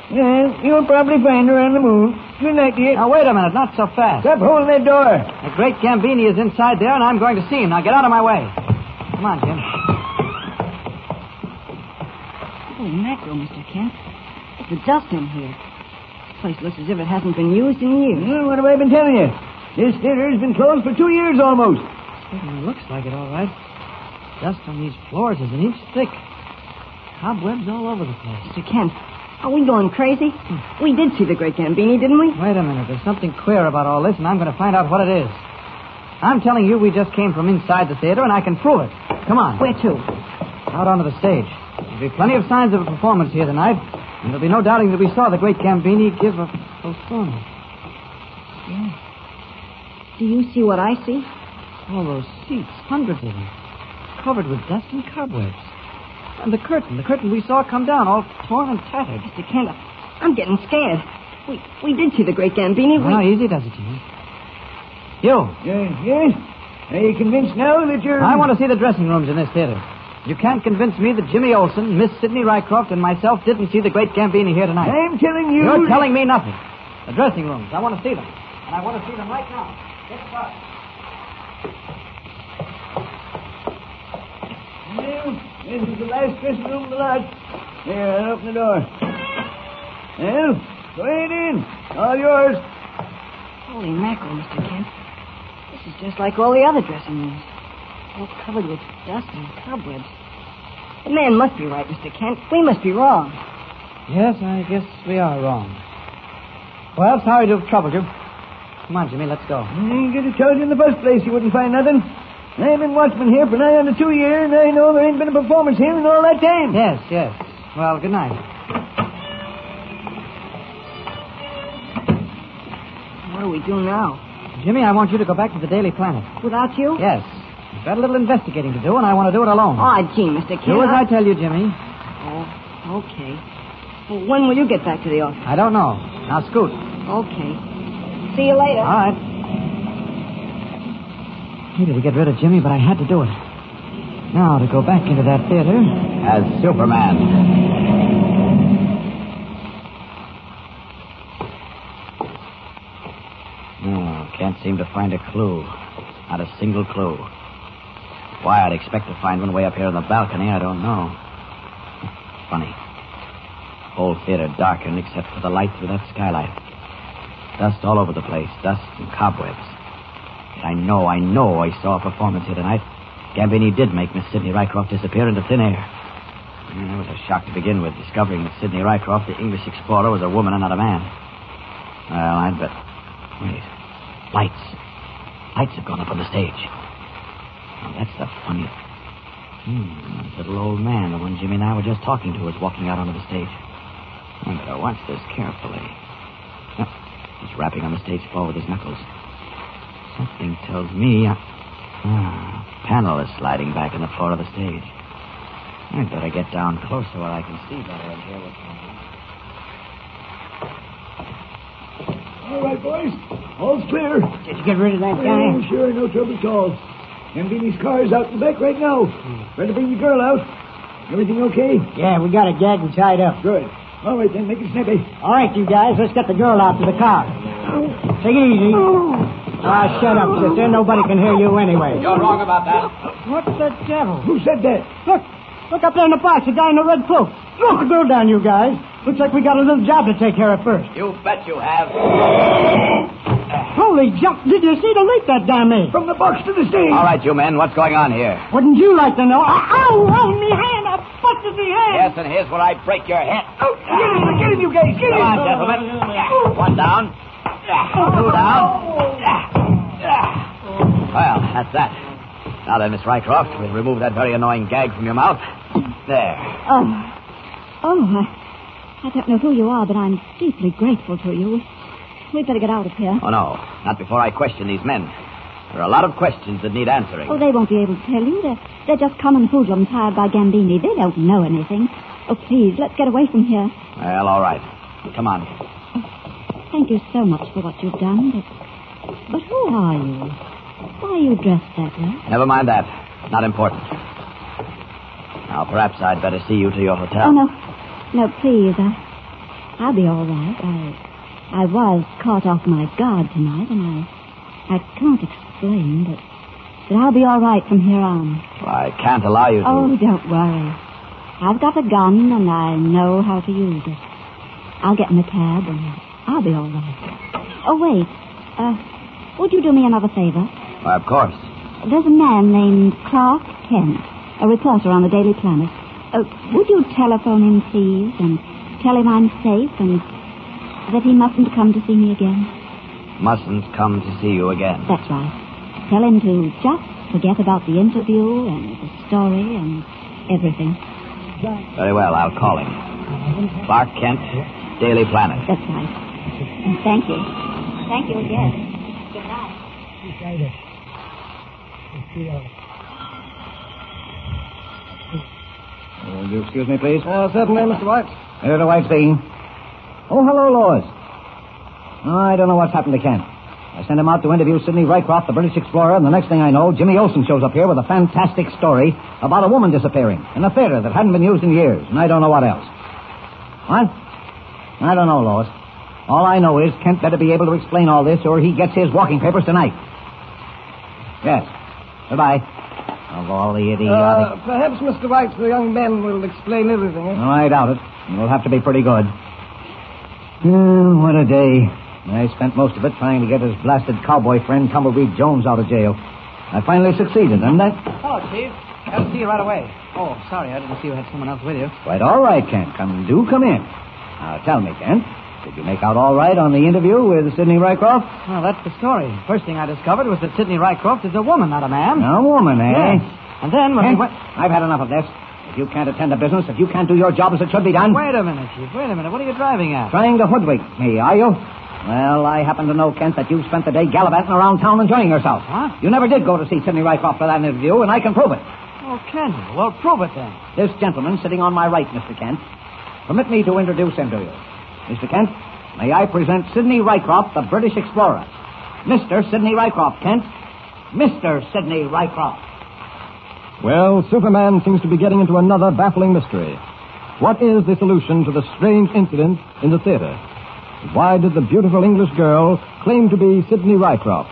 S7: Well, you'll probably find her on the moon. Good night, dear.
S5: Now, wait a minute. Not so fast.
S7: Stop holding that door.
S5: The great Gambini is inside there, and I'm going to see him. Now, get out of my way. Come on, Jim.
S3: Holy Oh, mackerel, Mr. Kent. There's a dust in here. This place looks as if it hasn't been used in years.
S7: Well, what have I been telling you? This theater's been closed for two years almost.
S5: Certainly looks like it, all right. Dust on these floors is an inch thick. Cobwebs all over the place.
S3: Mr. Kent, are we going crazy? Hmm. We did see the great Gambini, didn't we?
S5: Wait a minute. There's something queer about all this, and I'm going to find out what it is. I'm telling you, we just came from inside the theater, and I can prove it. Come on.
S3: Where to?
S5: Out onto the stage. There'll be plenty of signs of a performance here tonight, and there'll be no doubting that we saw the great Gambini give a performance.
S3: Yeah. Do you see what I see?
S5: All those seats, hundreds of them covered with dust and cobwebs. And the curtain, the curtain we saw come down, all torn and tattered.
S3: Mr. Kent, I'm getting scared. We we did see the great Gambini.
S5: Well, we... How easy does it, Jimmy? You.
S7: Yes, yes. Are you convinced now that you're...
S5: I want to see the dressing rooms in this theater. You can't convince me that Jimmy Olson, Miss Sidney Rycroft, and myself didn't see the great Gambini here tonight.
S7: I'm telling you...
S5: You're telling me nothing. The dressing rooms, I want to see them. And I want to see them right now. Get started.
S7: This is the last dressing room of the lot. Here, I'll open the door. Well, go ahead in. All yours.
S3: Holy mackerel, Mr. Kent. This is just like all the other dressing rooms. All covered with dust and cobwebs. The man must be right, Mr. Kent. We must be wrong.
S5: Yes, I guess we are wrong. Well, sorry to have troubled you. Come on, Jimmy, let's go.
S7: I could have told you in the first place you wouldn't find nothing. I've been watchman here for nigh on two years, and I know there ain't been a performance here in all that time.
S5: Yes, yes. Well, good night.
S3: What do we do now?
S5: Jimmy, I want you to go back to the Daily Planet.
S3: Without you?
S5: Yes. You've got a little investigating to do, and I want to do it alone.
S3: Oh, gee, Mr. King.
S5: Do as I tell you, Jimmy.
S3: Oh, okay. Well, when will you get back to the office?
S5: I don't know. Now scoot.
S3: Okay. See you later.
S5: All right. Hated to get rid of Jimmy, but I had to do it. Now to go back into that theater as Superman.
S2: No, Hmm, can't seem to find a clue. Not a single clue. Why I'd expect to find one way up here on the balcony, I don't know. Funny. Whole theater darkened except for the light through that skylight. Dust all over the place, dust and cobwebs. Yet I know, I know I saw a performance here tonight. Gambini did make Miss Sidney Rycroft disappear into thin air. And it was a shock to begin with, discovering that Sidney Rycroft, the English explorer, was a woman and not a man. Well, I'd bet. Wait. Lights. Lights have gone up on the stage. Now, that's the funny. Hmm, that little old man, the one Jimmy and I were just talking to, was walking out onto the stage. I better watch this carefully. Yep, he's rapping on the stage floor with his knuckles. Something tells me. I... Ah, panel is sliding back on the floor of the stage. I'd better get down closer where I can see better and hear what's going on.
S15: All right, boys. All's clear.
S3: Did you get rid of that guy?
S15: Oh, sure. No trouble at all. Gambini's car is out in the back right now. Ready to bring the girl out. Everything okay?
S16: Yeah, we got her gagged and tied up.
S15: Good. All right, then. Make it snappy.
S16: All right, you guys, let's get the girl out to the car. Take it easy. Ah, shut up, sister. Nobody can hear you anyway.
S15: You're wrong about that.
S16: What the devil?
S15: Who said that?
S16: Look, look up there in the box, the guy in the red cloak. Look the girl down, you guys. Looks like we got a little job to take care of first.
S2: You bet you have.
S16: Holy jump! Did you see the leap that guy made?
S15: From the box to the stage.
S2: All right, you men, what's going on here?
S16: Wouldn't you like to know? Uh, Ow! Ow! Me hand! I busted me hand!
S2: Yes, and here's where I break your head.
S15: Oh, get him, get him, you guys. Get him.
S2: Come on, gentlemen. One down. Two down. Well, that's that. Now then, Miss Rycroft, we'll remove that very annoying gag from your mouth. There.
S11: Oh. Oh, I, I don't know who you are, but I'm deeply grateful to you. We better get out of here.
S2: Oh, no. Not before I question these men. There are a lot of questions that need answering.
S11: Oh, they won't be able to tell you. They're, they're just common hoodlums hired by Gambini. They don't know anything. Oh, please, let's get away from here.
S2: Well, all right. Come on.
S11: Thank you so much for what you've done, but, but who are you? Why are you dressed that way?
S2: Never mind that. Not important. Now, perhaps I'd better see you to your hotel.
S11: Oh, no. No, please, I, I'll be all right. I, I was caught off my guard tonight, and I, I can't explain, but, but I'll be all right from here on.
S2: Well, I can't allow you to.
S11: Oh, don't worry. I've got a gun, and I know how to use it. I'll get in a cab, and I'll be all right. Oh, wait. Uh, would you do me another favor?
S2: Why, of course.
S11: There's a man named Clark Kent, a reporter on the Daily Planet. Uh, would you telephone him, please, and tell him I'm safe and that he mustn't come to see me again?
S2: Mustn't come to see you again.
S11: That's right. Tell him to just forget about the interview and the story and everything.
S2: Very well, I'll call him. Clark Kent, Daily Planet.
S11: That's right. And Thank you. Thank you again. Good night.
S7: Will you excuse me, please?
S13: Uh, certainly, Mr. White.
S7: Editor White speaking. Oh, hello, Laws. I don't know what's happened to Kent. I sent him out to interview Sidney Rycroft, the British explorer, and the next thing I know, Jimmy Olsen shows up here with a fantastic story about a woman disappearing in a theater that hadn't been used in years, and I don't know what else. What? I don't know, Lois. All I know is Kent better be able to explain all this, or he gets his walking papers tonight. Yes. Goodbye. Of all the idiotic.
S13: Uh, perhaps Mr. White, the young man, will explain everything. Eh?
S7: No, I doubt it. You'll have to be pretty good. Oh, what a day. I spent most of it trying to get his blasted cowboy friend, Tumbleweed Jones, out of jail. I finally succeeded, and that.
S5: Hello, Chief. I'll see you right away. Oh, sorry, I didn't see you had someone else with you.
S7: Quite all right, Kent. Come, do come in. Now, tell me, Kent, did you make out all right on the interview with Sidney Rycroft?
S5: Well, that's the story. First thing I discovered was that Sidney Rycroft is a woman, not a man.
S7: A woman, eh?
S5: Um, Yes. And then when
S7: Kent,
S5: we went...
S7: I've had enough of this. If you can't attend to business, if you can't do your job as it should be done,
S5: Wait a minute, Chief. Wait a minute. What are you driving at?
S7: trying to hoodwink me, are you? Well, I happen to know, Kent, that you spent the day gallivanting around town enjoying yourself. Huh? You never did go to see Sidney Rycroft for that interview, and I can prove it.
S16: Oh, Ken, well, prove it then.
S7: This gentleman sitting on my right, Mr. Kent. Permit me to introduce him to you. Mr. Kent, may I present Sidney Rycroft, the British explorer. Mr. Sidney Rycroft, Kent. Mr. Sidney Rycroft.
S4: Well, Superman seems to be getting into another baffling mystery. What is the solution to the strange incident in the theater? Why did the beautiful English girl claim to be Sidney Rycroft?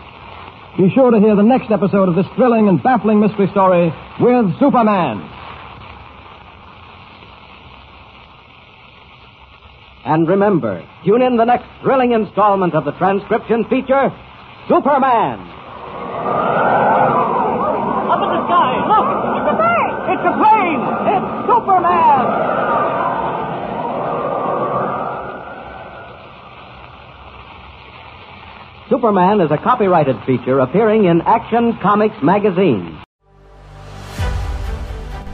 S4: Be sure to hear the next episode of this thrilling and baffling mystery story with Superman.
S14: And remember, tune in the next thrilling installment of the transcription feature Superman!
S16: Up in the sky, look! It's a bird! It's a plane! It's Superman!
S14: Superman is a copyrighted feature appearing in Action Comics magazine.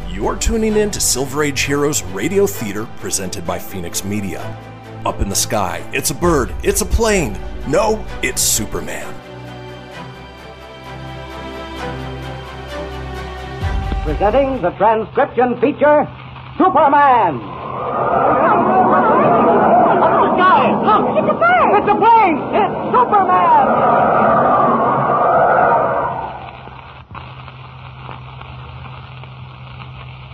S1: You're tuning in to Silver Age Heroes Radio Theater presented by Phoenix Media. Up in the sky, it's a bird, it's a plane. No, it's Superman.
S14: Presenting the transcription feature Superman!
S16: Up in the sky, look! It's a plane! It's a plane! It's Superman!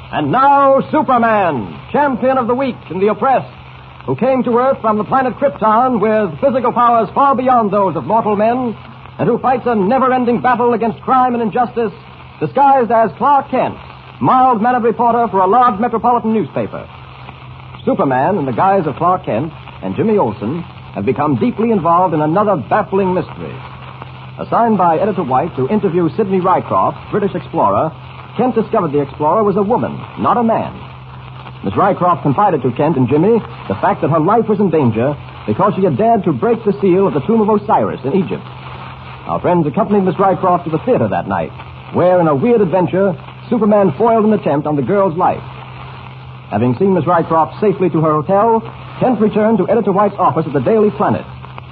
S4: And now, Superman, champion of the weak and the oppressed, who came to Earth from the planet Krypton with physical powers far beyond those of mortal men, and who fights a never ending battle against crime and injustice, disguised as Clark Kent, mild mannered reporter for a large metropolitan newspaper. Superman, in the guise of Clark Kent and Jimmy Olsen, have become deeply involved in another baffling mystery. Assigned by Editor White to interview Sidney Rycroft, British explorer, Kent discovered the explorer was a woman, not a man. Miss Rycroft confided to Kent and Jimmy the fact that her life was in danger because she had dared to break the seal of the tomb of Osiris in Egypt. Our friends accompanied Miss Rycroft to the theater that night, where, in a weird adventure, Superman foiled an attempt on the girl's life. Having seen Miss Rycroft safely to her hotel, Kent returned to Editor White's office at the Daily Planet,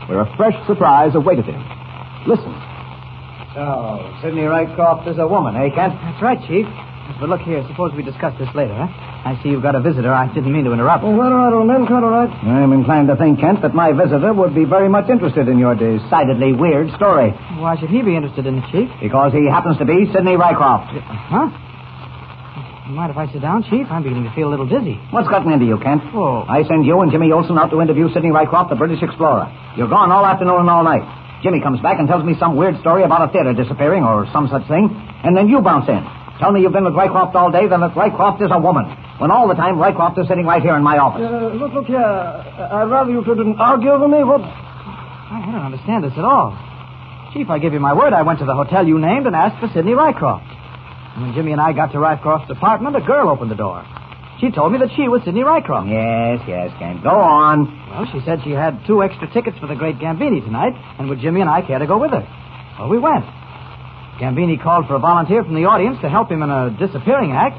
S4: where a fresh surprise awaited him. Listen.
S5: So, Sidney Rycroft is a woman, eh, Kent? That's right, Chief. But look here, suppose we discuss this later, huh? I see you've got a visitor. I didn't mean to interrupt.
S7: Well, all right, old man, quite all right. I'm inclined to think, Kent, that my visitor would be very much interested in your decidedly weird story.
S5: Why should he be interested in the Chief?
S7: Because he happens to be Sidney Rycroft.
S5: Huh? Mind if I sit down, Chief? I'm beginning to feel a little dizzy. Oh.
S7: What's gotten into you, Kent?
S5: Whoa.
S7: I send you and Jimmy Olsen out to interview Sidney Rycroft, the British explorer. You're gone all afternoon and all night. Jimmy comes back and tells me some weird story about a theater disappearing or some such thing, and then you bounce in. Tell me you've been with Rycroft all day, then that Rycroft is a woman, when all the time Rycroft is sitting right here in my office.
S17: Uh, look, look here. Uh, I'd rather you shouldn't argue over me. What?
S5: I I don't understand this at all. Chief, I give you my word, I went to the hotel you named and asked for Sidney Rycroft. And when Jimmy and I got to Rycroft's apartment, a girl opened the door. She told me that she was Sidney Rycroft.
S7: Yes, yes, Kent. Go on.
S5: Well, she said she had two extra tickets for the Great Gambini tonight, and would Jimmy and I care to go with her? Well, we went. Gambini called for a volunteer from the audience to help him in a disappearing act,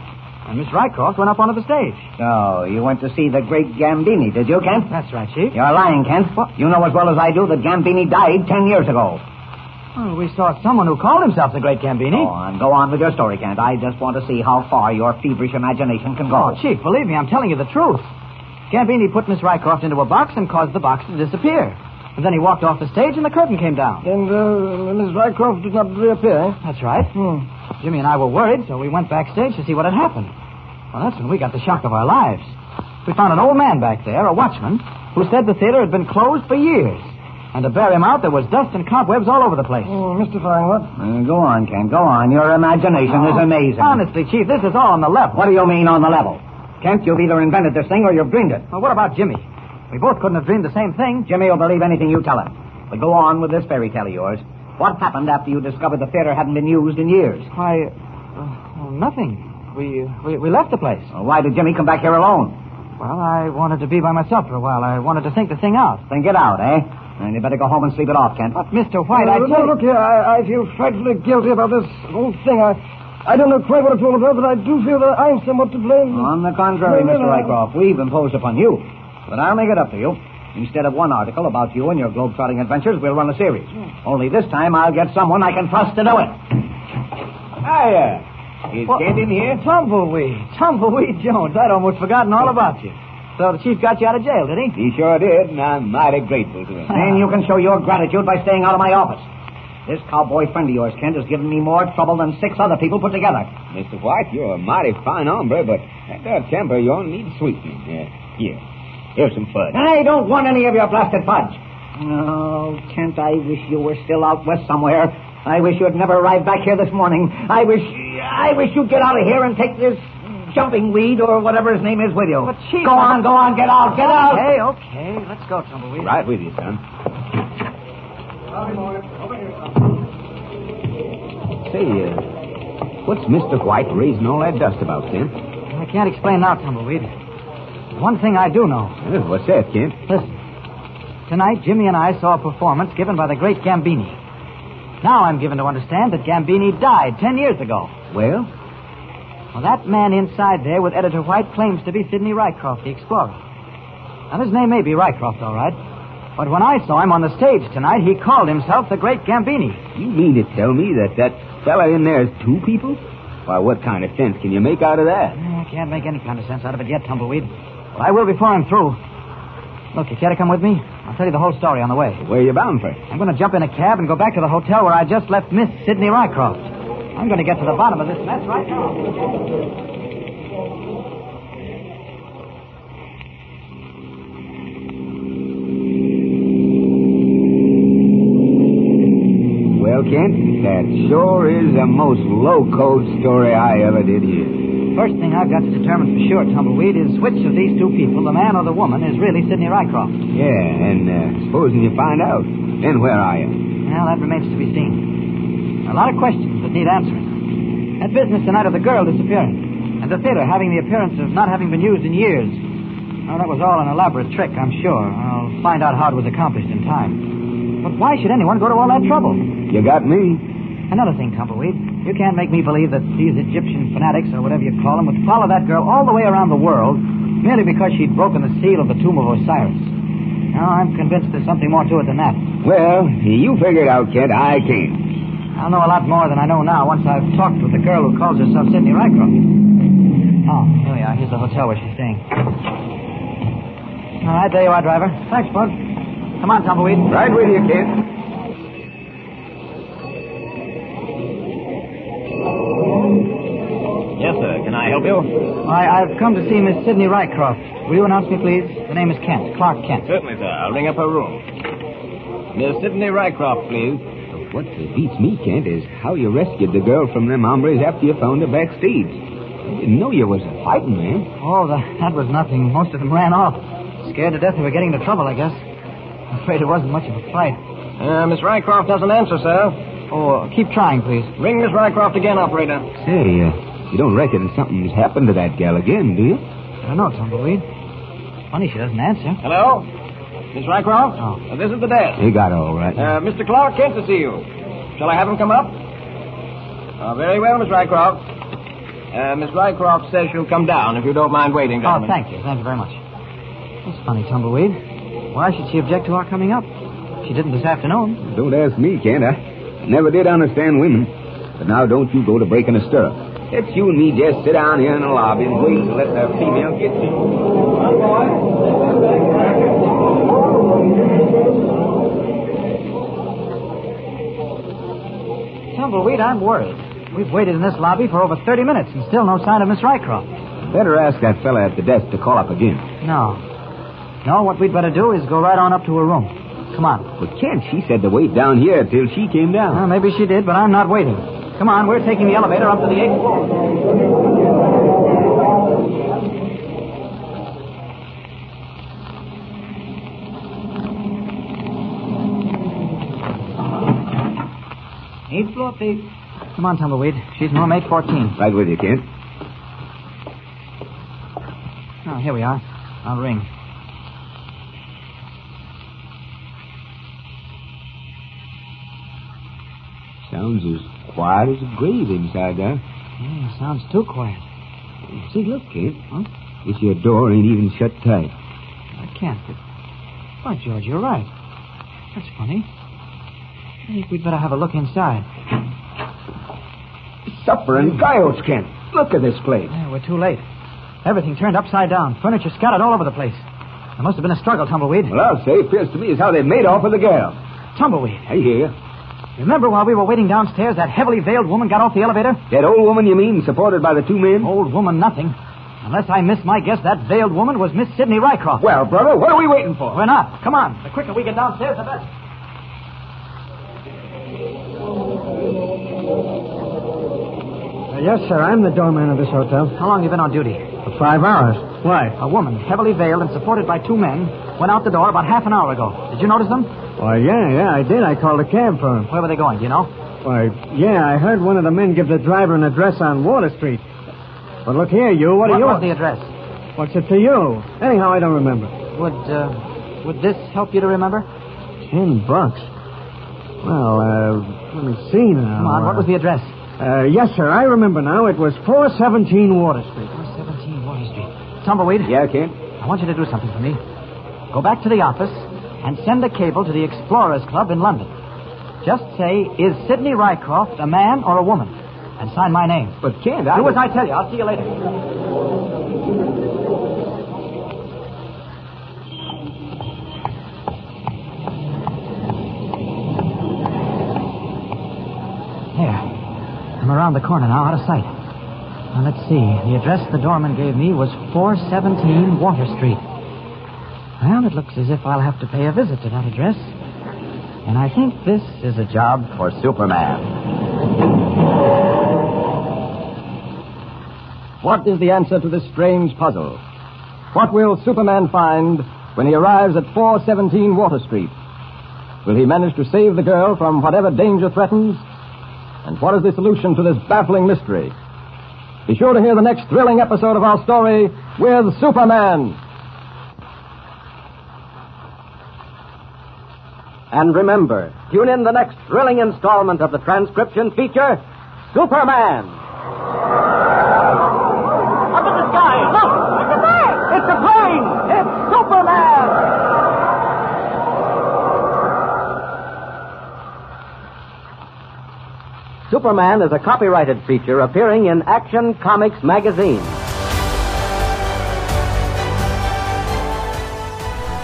S5: and Miss Rycroft went up onto the stage.
S7: So, Oh, you went to see the great Gambini, did you, Kent?
S5: That's right, Chief.
S7: You're lying, Kent. You know as well as I do that Gambini died ten years ago.
S5: Well, Oh, we saw someone who called himself the Great Gambini.
S7: Go on, Oh, go on with your story, Kent. I just want to see how far your feverish imagination can go.
S5: Oh, Chief, believe me, I'm telling you the truth. Gambini put Miss Rycroft into a box and caused the box to disappear. And then he walked off the stage and the curtain came down.
S17: And uh, Miss Rycroft did not reappear. eh?
S5: That's right. Jimmy and I were worried, so we went backstage to see what had happened. Well, that's when we got the shock of our lives. We found an old man back there, a watchman, who said the theater had been closed for years. And to bear him out, there was dust and cobwebs all over the place.
S17: Oh, mystifying what?
S7: Uh, go on, Kent. Go on. Your imagination is
S5: Oh,
S7: amazing.
S5: Honestly, Chief, this is all on the level.
S7: What do you mean on the level? Kent, you've either invented this thing or you've dreamed it.
S5: Well, what about Jimmy? We both couldn't have dreamed the same thing.
S7: Jimmy will believe anything you tell him. But go on with this fairy tale of yours. What happened after you discovered the theater hadn't been used in years?
S5: Why, uh, well, nothing. We, uh, we, we left the place.
S7: Well, why did Jimmy come back here alone?
S5: Well, I wanted to be by myself for a while. I wanted to think the thing out.
S7: Then get out, eh? And you better go home and sleep it off, Kent.
S5: But, Mr. White, I
S17: Uh,
S5: tell
S17: no,
S5: you-
S17: look here. I, I feel frightfully guilty about this whole thing. I, I don't know quite what it's all about, but I do feel that I'm somewhat to blame.
S7: On the contrary,
S17: No, no,
S7: Mr.
S17: no.
S7: Rycroft, we've imposed upon you. But I'll make it up to you. Instead of one article about you and your globe-trotting adventures, we'll run a series.
S16: Hmm.
S7: Only this time I'll get someone I can trust to do it. Hiya. Is
S5: Well,
S7: Kent in here?
S5: Tumbleweed. Tumbleweed Jones. I'd almost forgotten all about you. So the chief got you out of jail, did he?
S7: He sure did, and I'm mighty grateful to him. Then you can show your gratitude by staying out of my office. This cowboy friend of yours, Kent, has given me more trouble than six other people put together.
S18: Mr. White, you're a mighty fine hombre, but that there temper of your'n needs sweetening. Yeah, here. Here's some fudge.
S7: I don't want any of your blasted fudge. Oh, Kent, I wish you were still out west somewhere. I wish you'd never arrived back here this morning. I wish, I wish you'd get out of here and take this jumping weed or whatever his name is with you. But Oh,
S5: Chief,
S7: go on, go on, get out, get out.
S5: Okay, okay. Let's go, Tumbleweed.
S18: Right with you, son. Say, uh, what's Mr. White raising all that dust about, Kent?
S5: I can't explain now, Tumbleweed. One thing I do know.
S18: Uh, what's that, Kent?
S5: Listen. Tonight, Jimmy and I saw a performance given by the great Gambini. Now I'm given to understand that Gambini died ten years ago.
S18: Well?
S5: Well, that man inside there with Editor White claims to be Sidney Rycroft, the explorer. Now, his name may be Rycroft, all right. But when I saw him on the stage tonight, he called himself the Great Gambini.
S18: You mean to tell me that that fella in there is two people? Why, what kind of sense can you make out of that?
S5: I can't make any kind of sense out of it yet, Tumbleweed. But I will before I'm through. Look, you care to come with me? I'll tell you the whole story on the way.
S18: Where are you bound for?
S5: I'm going to jump in a cab and go back to the hotel where I just left Miss Sidney Rycroft. I'm going to get to the bottom of this mess right now.
S18: Well, Kent, that sure is the most low-code story I ever did hear.
S5: First thing I've got to determine for sure, Tumbleweed, is which of these two people, the man or the woman, is really Sidney Rycroft.
S18: Yeah, and uh, supposing you find out, then where are you?
S5: Well, that remains to be seen. A lot of questions that need answering. That business tonight of the girl disappearing, and the theater having the appearance of not having been used in years. Now, that was all an elaborate trick, I'm sure. I'll find out how it was accomplished in time. But why should anyone go to all that trouble?
S18: You got me.
S5: Another thing, Tumbleweed, you can't make me believe that these Egyptian fanatics, or whatever you call them, would follow that girl all the way around the world merely because she'd broken the seal of the tomb of Osiris. Now, I'm convinced there's something more to it than that.
S18: Well, you figure it out, Kent. I can't.
S5: I'll know a lot more than I know now once I've talked with the girl who calls herself Sidney Rycroft. Oh, here we are. Here's the hotel where she's staying. All right, there you are, driver. Thanks, Bud. Come on, Tumbleweed.
S18: Right with you, kid.
S4: Yes, sir. Can I help you?
S5: I, I've come to see Miss Sidney Rycroft. Will you announce me, please? The name is Kent, Clark Kent.
S4: Certainly, sir. I'll ring up her room. Miss Sidney Rycroft, please.
S18: What beats me, Kent, is how you rescued the girl from them hombres after you found her backstage. I didn't know you was a fighting man.
S5: Oh, the, that was nothing. Most of them ran off. Scared to death they were getting into trouble, I guess. I'm afraid it wasn't much of a fight.
S19: Uh, Miss Rycroft doesn't answer, sir.
S5: Oh, keep trying, please.
S19: Ring Miss Rycroft again, operator.
S18: Say, uh, you don't reckon something's happened to that gal again, do you?
S5: I don't know, Tumbleweed. Funny she doesn't answer.
S4: Hello? Miss Rycroft? Uh, this is the desk.
S18: They got all right.
S4: Uh, Mr. Clark Kent to see you. Shall I have him come up? Uh, very well, Miss Rycroft. Uh, Miss Rycroft says she'll come down if you don't mind waiting,
S5: Oh,
S4: gentlemen.
S5: thank you. Thank you very much. That's funny, Tumbleweed. Why should she object to our coming up? She didn't this afternoon.
S18: Don't ask me, Kent. I never did understand women. But now don't you go to breaking a stirrup. It's you and me just sit down here in the lobby and wait and let the female get to you.
S5: Tumbleweed, I'm worried. We've waited in this lobby for over 30 minutes and still no sign of Miss Rycroft.
S18: Better ask that fella at the desk to call up again.
S5: No. No, what we'd better do is go right on up to her room. Come on.
S18: But Kent, she said to wait down here till she came down.
S5: Well, maybe she did, but I'm not waiting. Come on, we're taking the elevator up to the eighth floor. Eighth floor, please. Come on, Tumbleweed. She's in room 814.
S18: Right with you, Kent.
S5: Oh, here we are. I'll ring.
S18: Sounds as quiet as a grave inside there.
S5: Yeah, sounds too quiet.
S18: See, look, Kent. If your door ain't even shut tight.
S5: I can't. But Why, George, you're right. That's funny. I think we'd better have a look inside.
S20: Suffering coyotes, Kent. Look at this place.
S5: Yeah, we're too late. Everything turned upside down. Furniture scattered all over the place. There must have been a struggle, Tumbleweed.
S20: Well, I'll say, appears to me is how they made off with the girl.
S5: Tumbleweed.
S20: I hear you.
S5: Remember while we were waiting downstairs, that heavily veiled woman got off the elevator?
S20: That old woman, you mean, supported by the two men?
S5: Old woman, nothing. Unless I miss my guess, that veiled woman was Miss Sidney Rycroft.
S20: Well, brother, what are we waiting for?
S5: We're not. Come on. The quicker we get downstairs, the better.
S16: Uh, yes, sir. I'm the doorman of this hotel.
S5: How long you been on duty?
S16: For five hours.
S5: Why? A woman, heavily veiled and supported by two men, went out the door about half an hour ago. Did you notice them?
S16: Why, yeah, yeah, I did. I called a cab for them.
S5: Where were they going, do you know?
S16: Why, yeah, I heard one of the men give the driver an address on Water Street. But look here, you, what, are
S5: What
S16: you...
S5: was the address?
S16: What's it to you? Anyhow, I don't remember.
S5: Would, uh, would this help you to remember?
S16: Ten bucks. Well, uh, let me see now.
S5: Come on, what was the address?
S16: Uh, yes, sir, I remember now. It was 417 Water Street.
S5: 417 Water Street. Tumbleweed.
S20: Yeah, Ken?
S5: I want you to do something for me. Go back to the office and send a cable to the Explorers Club in London. Just say, is Sidney Rycroft a man or a woman? And sign my name.
S20: But, Ken,
S5: do
S20: I...
S5: as I tell you. I'll see you later. There. I'm around the corner now, out of sight. Now, let's see. The address the doorman gave me was 417 Water Street. Well, it looks as if I'll have to pay a visit to that address. And I think this is a job for Superman.
S6: What is the answer to this strange puzzle? What will Superman find when he arrives at 417 Water Street? Will he manage to save the girl from whatever danger threatens? And what is the solution to this baffling mystery? Be sure to hear the next thrilling episode of our story with Superman.
S14: And remember, tune in the next thrilling installment of the transcription feature, Superman.
S8: Up in the sky! Look! It's a plane! It's a plane! It's Superman!
S14: Superman is a copyrighted feature appearing in Action Comics magazine.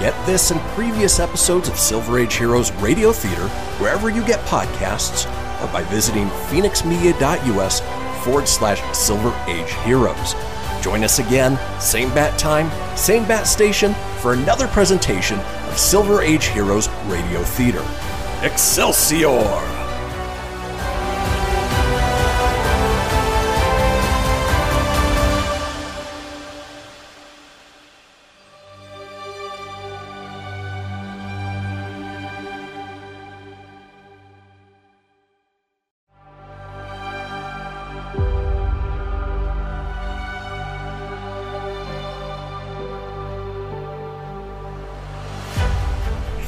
S1: Get this and previous episodes of Silver Age Heroes Radio Theater wherever you get podcasts or by visiting phoenixmedia.us forward slash Silver Age Heroes. Join us again, same bat time, same bat station, for another presentation of Silver Age Heroes Radio Theater. Excelsior!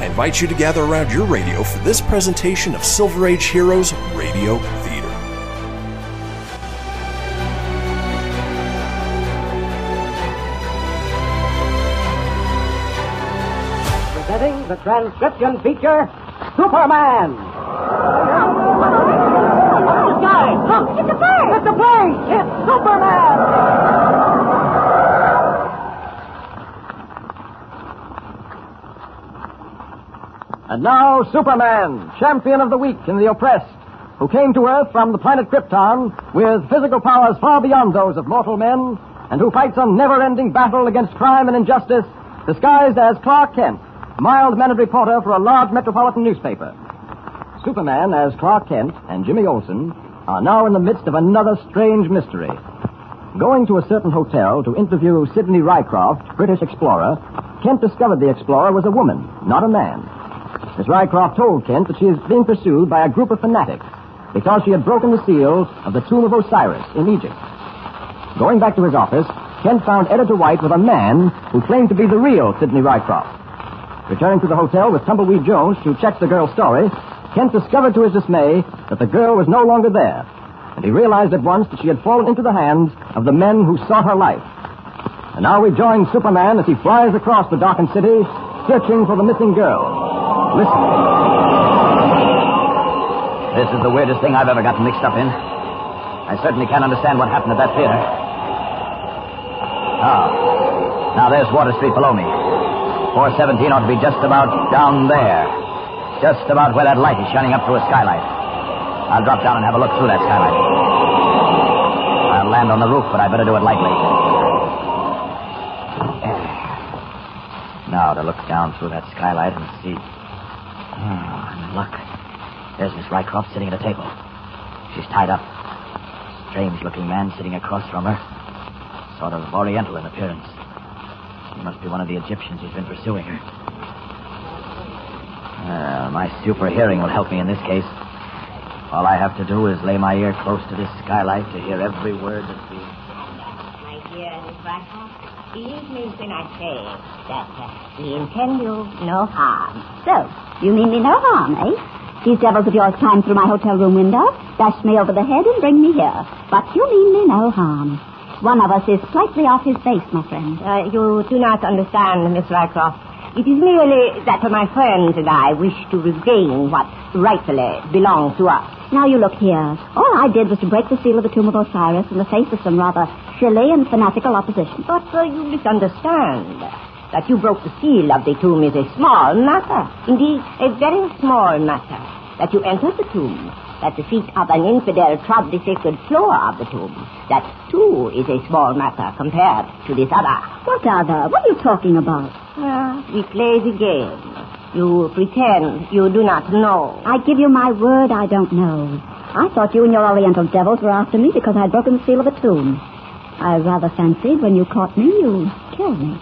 S1: I invite you to gather around your radio for this presentation of Silver Age Heroes Radio Theater.
S14: Presenting the transcription feature, Superman.
S8: Guys, look! It's a plane! It's a plane! It's Superman!
S4: And now, Superman, champion of the weak and the oppressed, who came to Earth from the planet Krypton with physical powers far beyond those of mortal men, and who fights a never ending battle against crime and injustice, disguised as Clark Kent, a mild mannered reporter for a large metropolitan newspaper. Superman as Clark Kent and Jimmy Olsen are now in the midst of another strange mystery. Going to a certain hotel to interview Sidney Rycroft, British explorer, Kent discovered the explorer was a woman, not a man. Miss Rycroft told Kent that she is being pursued by a group of fanatics because she had broken the seal of the tomb of Osiris in Egypt. Going back to his office, Kent found Editor White with a man who claimed to be the real Sidney Rycroft. Returning to the hotel with Tumbleweed Jones to check the girl's story, Kent discovered to his dismay that the girl was no longer there, and he realized at once that she had fallen into the hands of the men who sought her life. And now we join Superman as he flies across the darkened city, searching for the missing girl. Listen.
S2: This is the weirdest thing I've ever gotten mixed up in. I certainly can't understand what happened at that theater. Ah. Now there's Water Street below me. 417 ought to be just about down there. Just about where that light is shining up through a skylight. I'll drop down and have a look through that skylight. I'll land on the roof, but I better do it lightly. Now to look down through that skylight and see. Ah, and look. There's Miss Rycroft sitting at a table. She's tied up. Strange looking man sitting across from her. Sort of oriental in appearance. He must be one of the Egyptians who's been pursuing her. Ah, my super hearing will help me in this case. All I have to do is lay my ear close to this skylight to hear every word that's being.
S21: My dear Miss Blackhawk, believe me when I say that uh, we intend you no harm.
S11: So, you mean me no harm, eh? These devils of yours climbed through my hotel room window, dashed me over the head, and bring me here. But you mean me no harm. One of us is slightly off his base, my friend.
S21: Uh, you do not understand, Miss Rycroft. It is merely that my friends and I wish to regain what rightfully belongs to us.
S11: Now you look here. All I did was to break the seal of the tomb of Osiris in the face of some rather silly and fanatical opposition.
S21: But uh, you misunderstand. That you broke the seal of the tomb is a small matter. Indeed, a very small matter. That you entered the tomb. That the feet of an infidel trod the sacred floor of the tomb. That, too, is a small matter compared to this other.
S11: What other? What are you talking about?
S21: Ah, we play the game. You pretend you do not know.
S11: I give you my word I don't know. I thought you and your Oriental devils were after me because I'd broken the seal of the tomb. I rather fancied when you caught me, you killed me.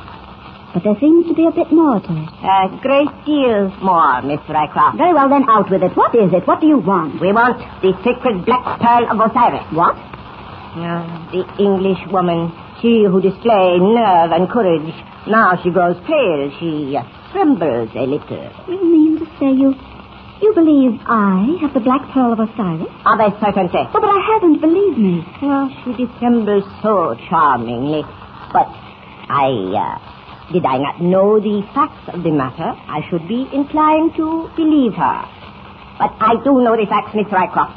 S11: But there seems to be a bit more to it.
S21: A great deal more, Miss Rycroft.
S11: Very well, then, out with it. What is it? What do you want?
S21: We want the sacred black pearl of Osiris.
S11: What?
S21: Ah, the English woman, she who displays nerve and courage. Now she grows pale. She uh, trembles a little.
S11: You mean to say you. You believe I have the black pearl of Osiris?
S21: Of a certainty.
S11: Oh, but I haven't, believe me.
S21: Oh, she dissembles so charmingly. But I, uh, did I not know the facts of the matter, I should be inclined to believe her. But I do know the facts, Miss Rycroft.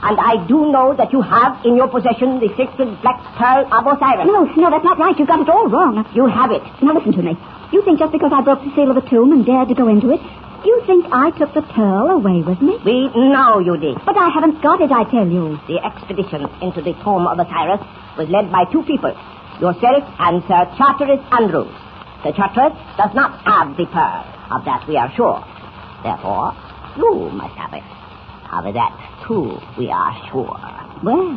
S21: And I do know that you have in your possession the sacred black pearl of Osiris.
S11: No, no, that's not right. You've got it all wrong.
S21: You have it.
S11: Now listen to me. You think just because I broke the seal of the tomb and dared to go into it, you think I took the pearl away with me?
S21: We know you did.
S11: But I haven't got it, I tell you.
S21: The expedition into the tomb of Osiris was led by two people, yourself and Sir Charteris Andrews. Sir Charteris does not have the pearl. Of that we are sure. Therefore, you must have it. Of that, too, we are sure.
S11: Well,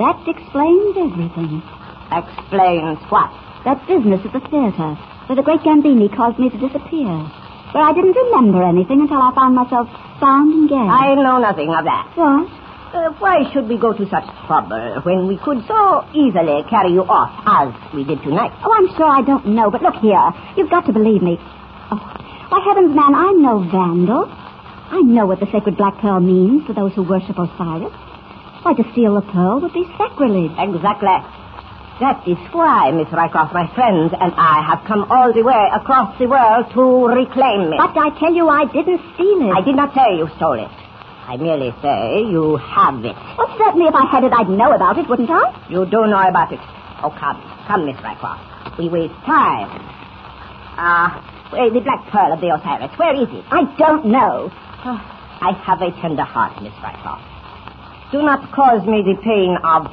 S11: that explains everything.
S21: Explains what?
S11: That business at the theater, where the great Gambini caused me to disappear. Where I didn't remember anything until I found myself bound and gagged.
S21: I know nothing of that.
S11: What?
S21: Uh, why should we go to such trouble when we could so easily carry you off as we did tonight?
S11: Oh, I'm sure I don't know, but look here. You've got to believe me. Oh, by heavens, man, I'm no vandal. I know what the sacred black pearl means to those who worship Osiris. Why, to steal the pearl would be sacrilege.
S21: Exactly. That is why, Miss Rycroft, my friends and I have come all the way across the world to reclaim it.
S11: But I tell you, I didn't steal it.
S21: I did not say you stole it. I merely say you have it.
S11: Well, certainly if I had it, I'd know about it, wouldn't I?
S21: You do know about it. Oh, come. Come, Miss Rycroft. We waste time. Ah, uh, the black pearl of the Osiris, where is it?
S11: I don't know.
S21: Oh, I have a tender heart, Miss Rycroft. Do not cause me the pain of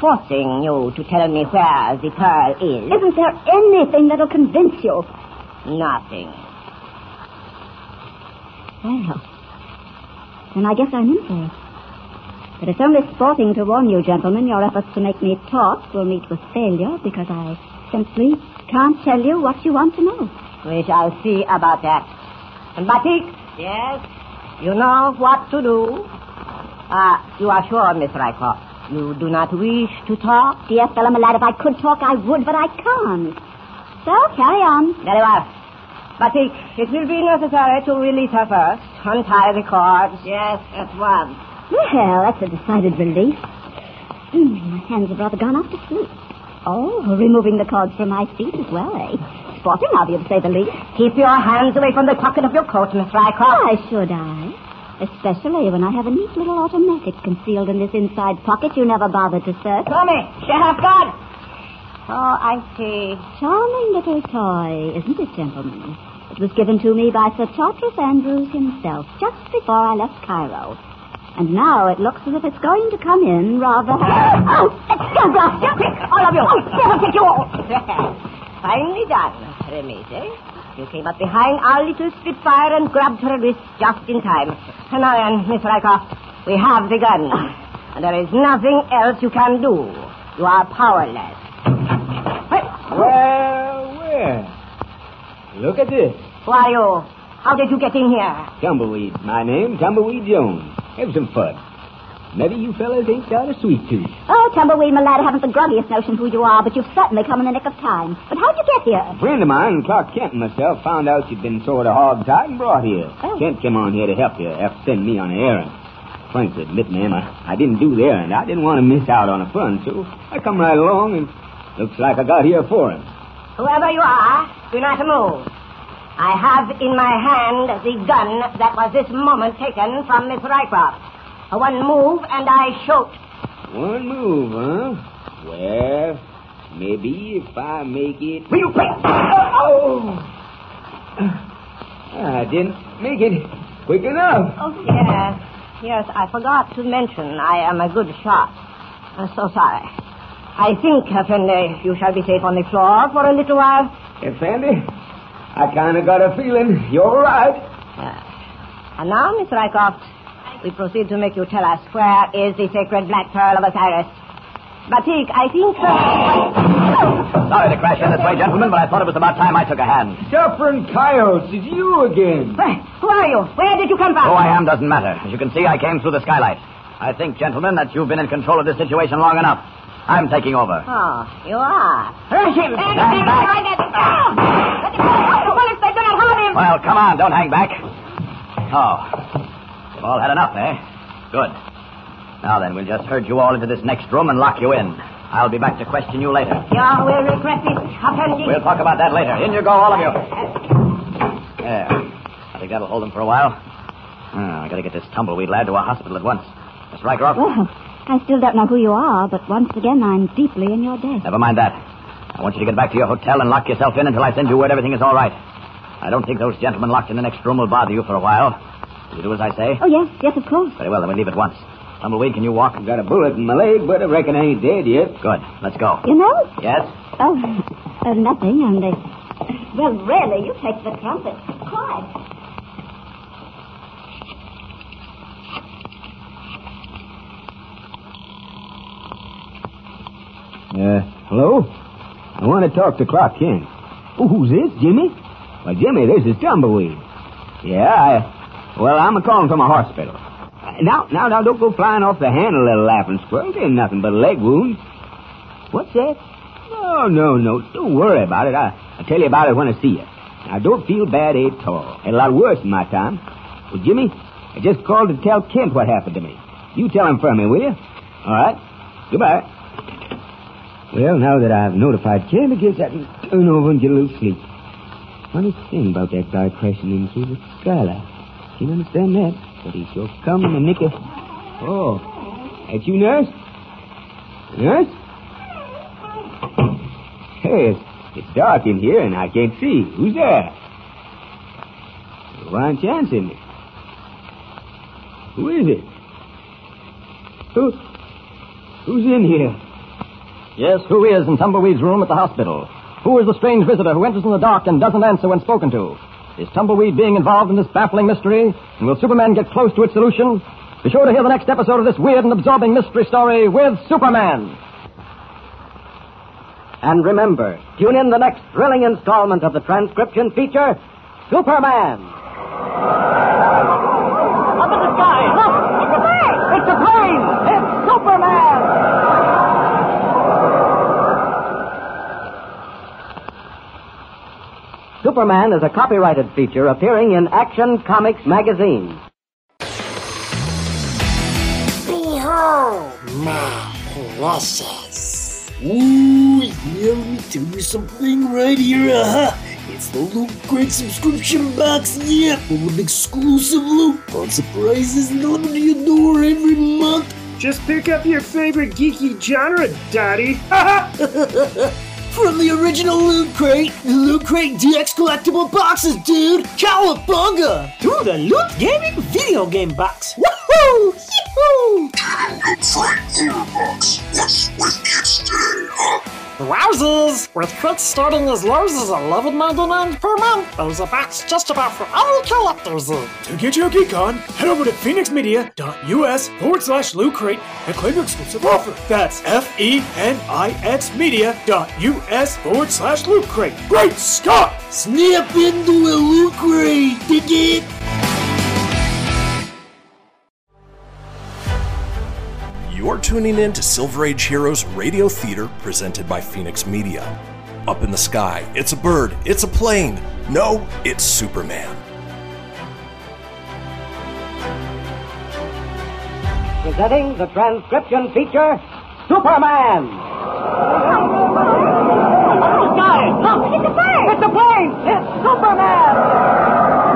S21: forcing you to tell me where the pearl is.
S11: Isn't there anything that'll convince you?
S21: Nothing.
S11: Well, then I guess I'm in for it. But it's only sporting to warn you, gentlemen. Your efforts to make me talk will meet with failure because I simply Can't tell you what you want to know.
S21: We shall see about that. And Batik? Yes? You know what to do. Ah, you are sure, Miss Rycroft, you do not wish to talk?
S11: Dear fellow, my lad, if I could talk, I would, but I can't. So carry on.
S21: Very well. Batik, it will be necessary to release her first. Untie the cords. Yes, at once.
S11: Well, that's a decided relief. Mm, my hands have rather gone off to sleep. Oh, removing the cords from my feet as well, eh? Sporting of you, to say the least.
S21: Keep your hands away from the pocket of your coat, Miss Rycroft.
S11: Why should I? Especially when I have a neat little automatic concealed in this inside pocket you never bothered to search.
S21: Tommy, Sheriff God! Oh, I see.
S11: Charming little toy, isn't it, gentlemen? It was given to me by Sir Charteris Andrews himself just before I left Cairo. And now it looks as if it's going to come in rather. oh,
S21: God bless you! Quick, all of you! Oh, I'll take you all! Finally done, Remete. You came up behind our little Spitfire and grabbed her wrist just in time. And now then, Miss Rycroft, we have the gun. And there is nothing else you can do. You are powerless.
S18: Well, well. Oh, Look at this.
S21: Why, you? How did you get in here?
S18: Tumbleweed, my name, Tumbleweed Jones. Have some fun. Maybe you fellas ain't got a sweet tooth.
S11: Oh, Tumbleweed, my lad, I haven't the grubbiest notion who you are, but you've certainly come in the nick of time. But how'd you get here?
S18: A friend of mine, Clark Kent and myself, found out you'd been sort of hog-tied and brought here.
S11: Oh.
S18: Kent came on here to help you after sending me on an errand. Frank to admit, ma'am, I, I didn't do the errand. I didn't want to miss out on the fun, so I come right along and looks like I got here for him.
S21: Whoever you are, do not move. I have in my hand the gun that was this moment taken from Miss Rycroft. One move and I shoot.
S18: One move, huh? Well, maybe if I make it.
S21: Will you quit?
S18: Oh! I didn't make it quick enough.
S21: Oh, yes. Yes, I forgot to mention I am a good shot. I'm so sorry. I think, Effendi, you shall be safe on the floor for a little while.
S18: Yes, Sandy, I kind of got a feeling you're right.
S21: And now, Miss Rycroft, we proceed to make you tell us where is the sacred black pearl of Osiris. Batik, I think uh,
S2: Sorry to crash in this way, gentlemen, but I thought it was about time I took a hand.
S18: Suffering coyotes, it's you again.
S21: Where, who are you? Where did you come
S16: Oh,
S21: from?
S2: Who I am doesn't matter. As you can see, I came through the skylight. I think, gentlemen, that you've been in control of this situation long enough. I'm taking over.
S21: Oh, you are. Rush him.
S2: Hang back. Ah. Well, come on, don't hang back. Oh, you've all had enough, eh? Good. Now then, we'll just herd you all into this next room and lock you in. I'll be back to question you later.
S21: You will regret this, Effendi.
S2: We'll talk about that later. In you go, all of you. There. I think that'll hold them for a while. Ah, I gotta get this tumbleweed lad to a hospital at once. Miss Rycroft?
S11: Well, I still don't know who you are, but once again, I'm deeply in your debt.
S2: Never mind that. I want you to get back to your hotel and lock yourself in until I send you word everything is all right. I don't think those gentlemen locked in the next room will bother you for a while. You do as I say?
S11: Oh, yes, yes, of course.
S2: Very well, then we leave at once. Tumbleweed, can you walk? I've
S18: got a bullet in my leg, but I reckon I ain't dead yet.
S2: Good. Let's go.
S11: You know?
S2: Yes?
S11: Oh, uh, nothing, and they... Well, really, you take the trumpet. Quiet.
S18: Uh, hello? I want to talk to Clark Kent. Oh, who's this, Jimmy? Why, Jimmy, this is Tumbleweed. Yeah, I... Well, I'm a-calling from a hospital. Uh, Now, now, now, don't go flying off the handle, little laughing squirrel. It ain't nothing but a leg wound. What's that? No, no, no. Don't worry about it. I, I'll tell you about it when I see you. Now, don't feel bad at all. Had a lot worse in my time. Well, Jimmy, I just called to tell Kent what happened to me. You tell him for me, will you? All right. Goodbye. Well, now that I've notified Kent, I guess I can turn over and get a little sleep. Funny thing about that guy crashing in through the skylight. Can't understand that, but he sure come in the nick of... Oh, that you, nurse? Nurse? Hey, it's, it's dark in here and I can't see. Who's there? Why aren't you answering me? Who is it? Who? Who's in here?
S4: Yes, who is in Tumbleweed's room at the hospital? Who is the strange visitor who enters in the dark and doesn't answer when spoken to? Is Tumbleweed being involved in this baffling mystery? And will Superman get close to its solution? Be sure to hear the next episode of this weird and absorbing mystery story with Superman.
S14: And remember, tune in the next thrilling installment of the transcription feature, Superman.
S12: Up in the sky! Look! It's a plane! It's a plane! It's Superman!
S14: Superman is a copyrighted feature appearing in Action Comics magazine.
S8: Behold my process. Ooh, yeah, let me tell you something right here. Uh-huh. It's the Loot Crate subscription box, yeah, full of exclusive loot, fun surprises delivered to your door every month. Just pick up your favorite geeky genre, Daddy. From the original Loot Crate, the Loot Crate DX collectible boxes, dude! Cowabunga! To the Loot Gaming video game box! Woohoo! Yee-hoo!
S22: What's with kids today, huh?
S8: Wowzers! With crits starting as low as $11.99 per month, there's a box just about for all collectors.
S9: To get your geek on, head over to phoenixmedia.us forward slash loot crate and claim your exclusive offer. That's F E N I X media.us forward slash loot crate. Great Scott!
S8: Snap into a loot crate, dig it!
S1: You're tuning in to Silver Age Heroes Radio Theater presented by Phoenix Media. Up in the sky, it's a bird, it's a plane. No, it's Superman.
S14: Presenting the transcription feature, Superman.
S12: Up in the sky! Look! It's a plane! It's a plane! It's Superman!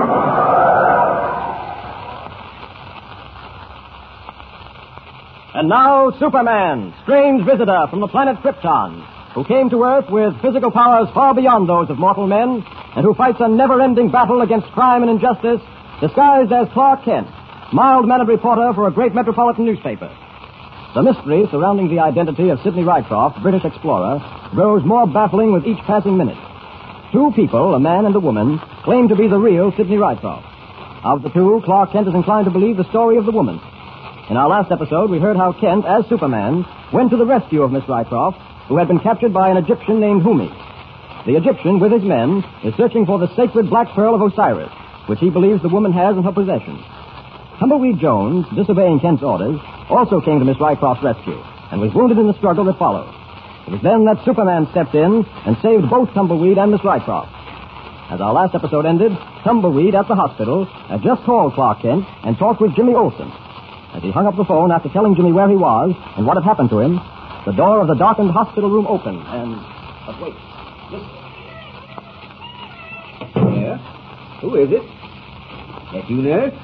S4: And now, Superman, strange visitor from the planet Krypton, who came to Earth with physical powers far beyond those of mortal men, and who fights a never ending battle against crime and injustice, disguised as Clark Kent, mild mannered reporter for a great metropolitan newspaper. The mystery surrounding the identity of Sidney Rycroft, British explorer, grows more baffling with each passing minute. Two people, a man and a woman, claim to be the real Sidney Rycroft. Of the two, Clark Kent is inclined to believe the story of the woman. In our last episode, we heard how Kent, as Superman, went to the rescue of Miss Rycroft, who had been captured by an Egyptian named Humi. The Egyptian, with his men, is searching for the sacred black pearl of Osiris, which he believes the woman has in her possession. Humbleweed Jones, disobeying Kent's orders, also came to Miss Rycroft's rescue and was wounded in the struggle that followed. It was then that Superman stepped in and saved both Tumbleweed and Miss Rycroft. As our last episode ended, Tumbleweed at the hospital had just called Clark Kent and talked with Jimmy Olsen. As he hung up the phone after telling Jimmy where he was and what had happened to him, the door of the darkened hospital room opened and. But wait. Listen.
S18: Yeah? Who is it? That you, nurse?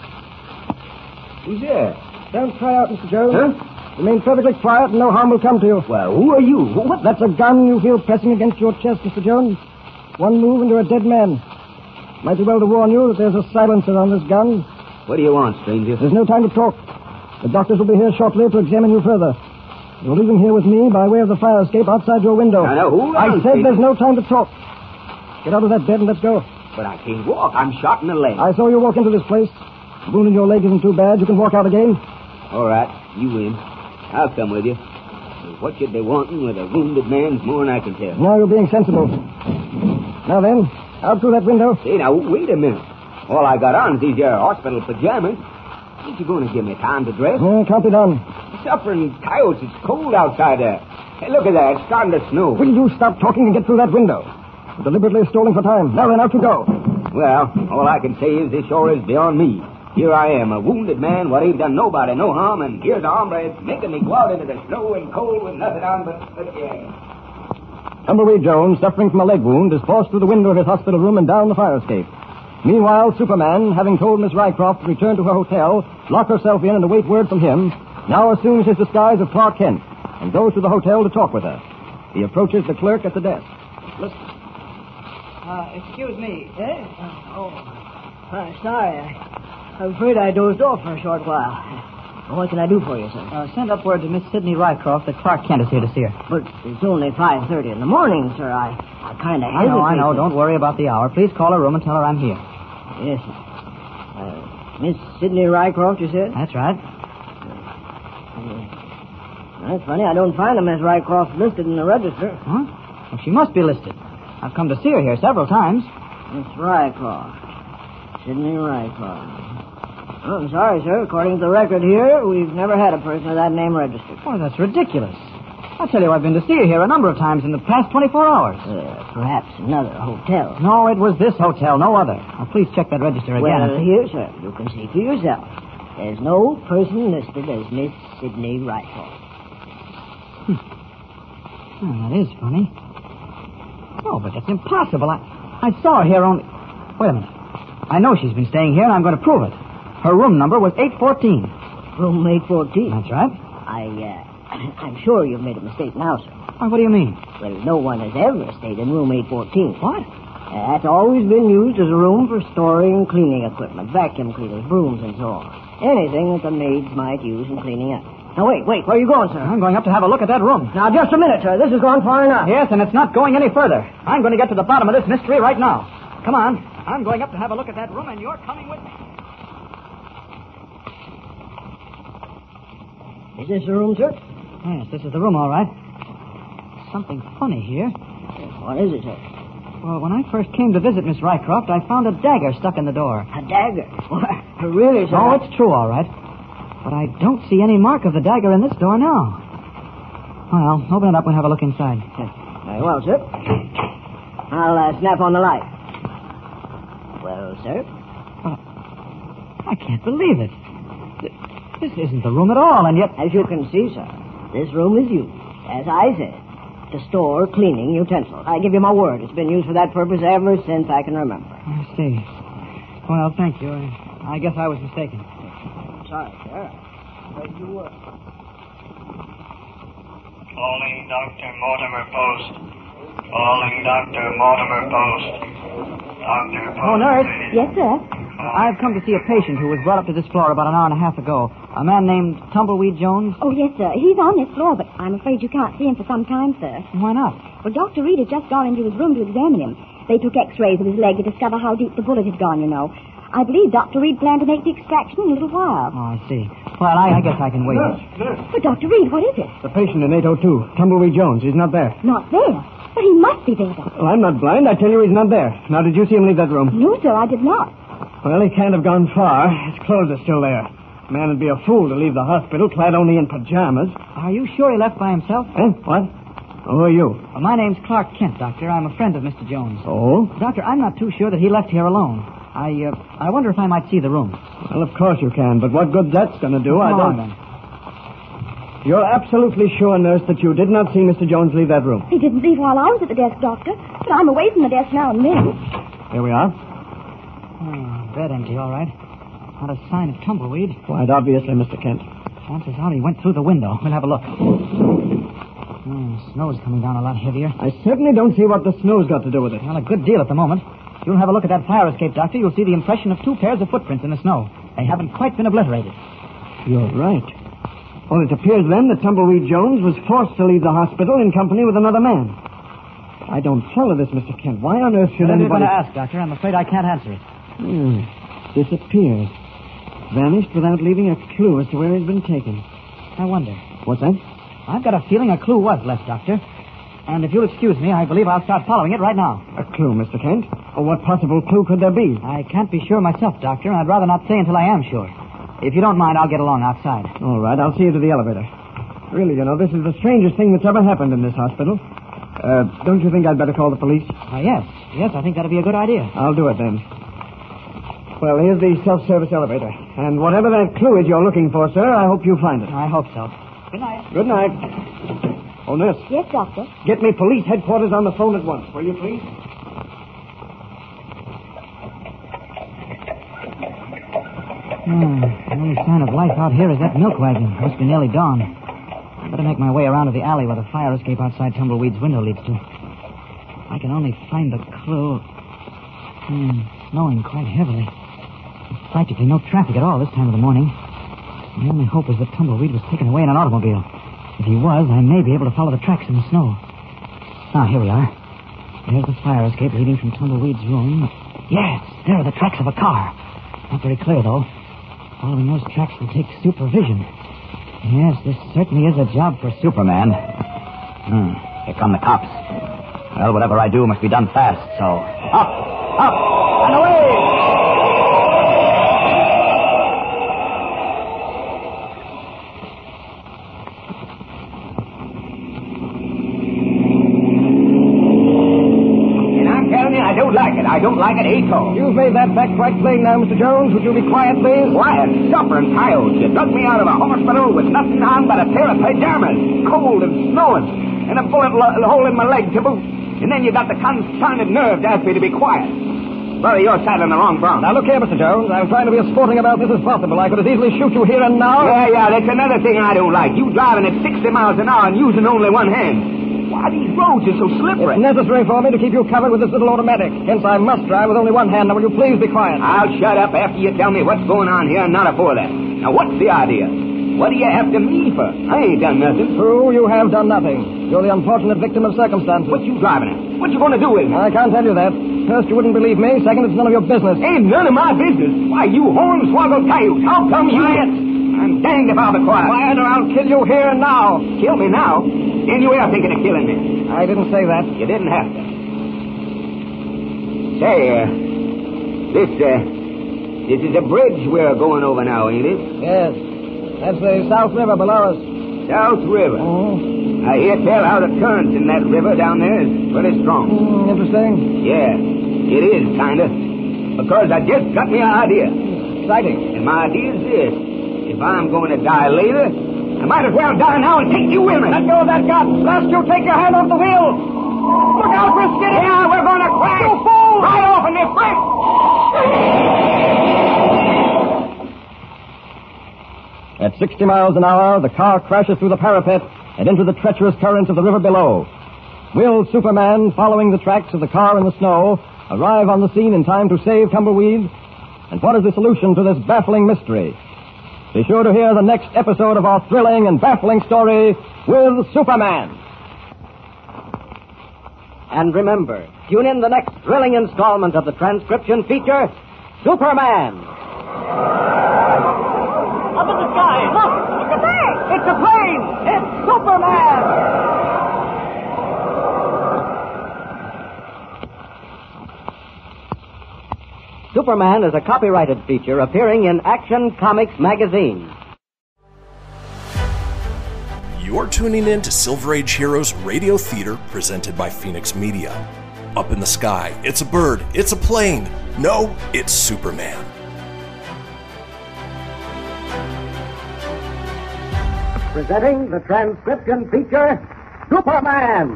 S18: Who's there?
S4: Don't cry out, Mr. Jones.
S18: Huh?
S4: Remain perfectly quiet and no harm will come to you.
S18: Well, who are you? Who- What?
S4: That's a gun you feel pressing against your chest, Mr. Jones. One move and you're a dead man. Might be well to warn you that there's a silencer on this gun.
S18: What do you want, stranger?
S4: There's no time to talk. The doctors will be here shortly to examine you further. You'll leave them here with me by way of the fire escape outside your window.
S18: Now, now, hold
S4: I
S18: on,
S4: said
S18: Peter.
S4: there's no time to talk. Get out of that bed and let's go.
S18: But I can't walk. I'm shot in the leg.
S4: I saw you walk into this place. The wound in your leg isn't too bad. You can walk out again.
S18: All right, you win. I'll come with you. What should they want with a wounded man's more than I can tell?
S4: Now you're being sensible. Now then, out through that window.
S18: Say, now, wait a minute. All I got on is these here hospital pajamas. Ain't you going to give me time to dress?
S4: Yeah, can't be done.
S18: Suffering coyotes, it's cold outside there. Hey, look at that. It's starting to snow.
S4: Will you stop talking and get through that window? You're deliberately stalling for time. Now then, out you go.
S18: Well, all I can say is this sure is beyond me. Here I am, a wounded man, what ain't done nobody no harm, and here's a hombre that's making me go out into the snow and cold with nothing on but, but yeah.
S4: Tumbleweed Jones, suffering from a leg wound, is forced through the window of his hospital room and down the fire escape. Meanwhile, Superman, having told Miss Rycroft to return to her hotel, lock herself in and await word from him, now assumes his disguise of Clark Kent and goes to the hotel to talk with her. He approaches the clerk at the desk.
S12: Uh, excuse me. Eh? Uh, oh. Uh, sorry. I, I'm afraid I dozed off for a short while. What can I do for you, sir?
S5: Uh, send up word to Miss Sidney Rycroft that Clark Kent is here to see her.
S12: But it's only 5.30 in the morning, sir. I, I kind of
S5: I know, I know. Don't worry about the hour. Please call her room and tell her I'm here.
S12: Yes, sir. Uh, Miss Sidney Rycroft, you said?
S5: That's right.
S12: That's funny. I don't find her, Miss Rycroft, listed in the register.
S5: Huh? Well, she must be listed. I've come to see her here several times.
S3: Miss Rycroft. Sidney Rycroft. Oh, I'm sorry, sir. According to the record here, we've never had a person of that name registered.
S5: Well, that's ridiculous. I tell you, I've been to see her here a number of times in the past 24 hours.
S3: Uh, perhaps another hotel.
S5: No, it was this hotel, no other. Now, please check that register again.
S3: Well, here, sir, you can see for yourself. There's no person listed as Miss Sidney Rycroft.
S5: Oh, that is funny. Oh, but that's impossible. I, I saw her here only. Wait a minute. I know she's been staying here, and I'm going to prove it. Her room number was 814.
S3: Room 814?
S5: That's right.
S3: I, uh, I'm sure you've made a mistake now, sir.
S5: Why, Uh, what do you mean?
S3: Well, no one has ever stayed in room 814. What? Uh, that's always been used as a room for storing cleaning equipment, vacuum cleaners, brooms, and so on. Anything that the maids might use in cleaning up. Now, wait, wait. Where are you going, sir?
S5: I'm going up to have a look at that room.
S3: Now, just a minute, sir. This is going far enough.
S5: Yes, and it's not going any further. I'm going to get to the bottom of this mystery right now. Come on. I'm going up to have a look at that room, and you're coming with me.
S3: Is this the room, sir?
S5: Yes, this is the room, all right. Something funny here.
S3: What is it, sir?
S5: Well, when I first came to visit Miss Rycroft, I found a dagger stuck in the door.
S3: A dagger? Why, really, sir?
S5: Oh, it's true, all right. But I don't see any mark of the dagger in this door now. Well, open it up and have a look inside.
S3: Very well, sir. I'll uh, snap on the light. Well, sir?
S5: Oh, I can't believe it. Th- This isn't the room at all, and yet.
S3: As you can see, sir, this room is used, as I said, to store cleaning utensils. I give you my word, it's been used for that purpose ever since I can remember.
S5: I see. Well, thank you. I guess I was mistaken.
S3: Sorry, sir. Where you were.
S23: Calling Dr. Mortimer Post. Calling Dr. Mortimer Post. Dr. Post.
S5: Oh, nurse.
S3: Yes, sir.
S5: I've come to see a patient who was brought up to this floor about an hour and a half ago. A man named Tumbleweed Jones.
S11: Oh, yes, sir. He's on this floor, but I'm afraid you can't see him for some time, sir.
S5: Why not?
S11: Well, Dr. Reed had just gone into his room to examine him. They took x-rays of his leg to discover how deep the bullet had gone, you know. I believe Dr. Reed planned to make the extraction in a little while.
S5: Oh, I see. Well, I, I guess I can wait.
S11: But, Dr. Reed, what is it?
S15: The patient in 802, Tumbleweed Jones, he's not there.
S11: Not there. But he must be there, Doctor.
S15: Well, I'm not blind. I tell you he's not there. Now, did you see him leave that room?
S11: No, sir, I did not.
S15: Well, he can't have gone far. His clothes are still there. Man would be a fool to leave the hospital clad only in pajamas.
S5: Are you sure he left by himself?
S15: Eh? What? Who are you?
S5: Well, my name's Clark Kent, Doctor. I'm a friend of Mr. Jones.
S15: Oh?
S5: Doctor, I'm not too sure that he left here alone. I, uh, I wonder if I might see the room.
S15: Well, of course you can, but what good that's going to do, I
S5: Come on,
S15: don't.
S5: then.
S15: You're absolutely sure, nurse, that you did not see Mr. Jones leave that room.
S11: He didn't leave while I was at the desk, Doctor. But I'm away from the desk now and then.
S15: Here we are.
S5: Oh, bed empty, all right. Not a sign of tumbleweed.
S15: Quite obviously, Mr. Kent.
S5: Chances are he went through the window. We'll have a look. Hmm, snow's coming down a lot heavier.
S15: I certainly don't see what the snow's got to do with it.
S5: Well, a good deal at the moment. If You'll have a look at that fire escape, Doctor. You'll see the impression of two pairs of footprints in the snow. They haven't quite been obliterated.
S15: You're right. Well, it appears then that Tumbleweed Jones was forced to leave the hospital in company with another man. I don't follow this, Mr. Kent. Why on earth should
S5: What are you
S15: anybody...
S5: going to ask, Doctor? I'm afraid I can't answer it.
S15: Hmm. Disappeared. Vanished without leaving a clue as to where he's been taken.
S5: I wonder.
S15: What's that?
S5: I've got a feeling a clue was left, Doctor. And if you'll excuse me, I believe I'll start following it right now.
S15: A clue, Mr. Kent. Oh, what possible clue could there be?
S5: I can't be sure myself, Doctor, and I'd rather not say until I am sure. If you don't mind, I'll get along outside.
S15: All right, I'll see you to the elevator. Really, you know, this is the strangest thing that's ever happened in this hospital. Uh, don't you think I'd better call the police?
S5: Uh, yes, yes, I think that'd be a good idea.
S15: I'll do it then. Well, here's the self-service elevator. And whatever that clue is you're looking for, sir, I hope you find it.
S5: I hope so. Good night.
S15: Good night. Oh, nurse,
S11: Yes, Doctor.
S15: get me police headquarters on the phone at once, will you, please?
S5: Hmm, the only sign of life out here is that milk wagon. Must be nearly dawn. I better make my way around to the alley where the fire escape outside Tumbleweed's window leads to. If I can only find the clue. Hmm, snowing quite heavily. Practically no traffic at all this time of the morning. My only hope is that Tumbleweed was taken away in an automobile. If he was, I may be able to follow the tracks in the snow. Ah, here we are. There's the fire escape leading from Tumbleweed's room. Yes, there are the tracks of a car. Not very clear, though. Following those tracks will take supervision. Yes, this certainly is a job for
S2: Superman. Hmm. Here come the cops.
S24: Well, whatever I do must be done fast, so up, up, and away!
S18: And I'm telling you, I don't like it. I don't like it at all.
S14: You've made that back quite plain now, Mr. Jones. Would you be quiet, please?
S18: Quiet, suffering coyotes. You dug me out of a hospital with nothing on but a pair of pajamas, cold and snowing, and a bullet lo- hole in my leg to boot. And then you got the confounded nerve to ask me to be quiet. Brother, you're saddling the wrong bronc.
S16: Now, look here, Mr. Jones. I'm trying to be as sporting about this as possible. I could as easily shoot you here and now.
S18: Yeah, yeah, that's another thing I don't like. You driving at 60 miles an hour and using only one hand. Why, these roads are so slippery.
S16: It's necessary for me to keep you covered with this little automatic. Hence, I must drive with only one hand. Now, will you please be quiet?
S18: I'll shut up after you tell me what's going on here and not before that. Now, what's the idea? What are you after me for? I ain't done nothing.
S16: True, you have done nothing. You're the unfortunate victim of circumstances.
S18: What you driving at? What you going to do with me?
S16: I can't tell you that. First, you wouldn't believe me. Second, it's none of your business.
S18: Ain't none of my business. Why, you hornswoggled coyote. How come you...
S16: Quiet.
S18: I'm danged if I'll be quiet.
S16: Quiet, or I'll kill you here and now.
S18: Kill me now? And you are thinking of killing me.
S16: I didn't say that.
S18: You didn't have to. Say, uh, this, uh, this is a bridge we're going over now, ain't it?
S16: Yes. That's the South River below us.
S18: South River.
S16: Oh.
S18: I hear tell how the currents in that river down there is pretty strong.
S16: Hmm, interesting.
S18: Yeah, it is, kinda. Because I just got me an idea.
S16: Exciting.
S18: And my idea is this. If I'm going to die later, I might as well die now and take you with me.
S16: Let go of that gun. Last you take your hand off the wheel. Look out, we're skidding.
S18: Yeah, we're going to crash.
S16: You fool!
S18: Right off in this bridge.
S4: At 60 miles an hour, the car crashes through the parapet and into the treacherous currents of the river below. Will Superman, following the tracks of the car in the snow, arrive on the scene in time to save Tumbleweed? And what is the solution to this baffling mystery? Be sure to hear the next episode of our thrilling and baffling story with Superman.
S14: And remember, tune in the next thrilling installment of the transcription feature, Superman.
S25: Up in the sky! Look! It's a bird!
S14: It's a plane! It's Superman! Superman is a copyrighted feature appearing in Action Comics magazine.
S1: You're tuning in to Silver Age Heroes Radio Theater presented by Phoenix Media. Up in the sky, it's a bird, it's a plane. No, it's Superman.
S14: Presenting the transcription feature, Superman!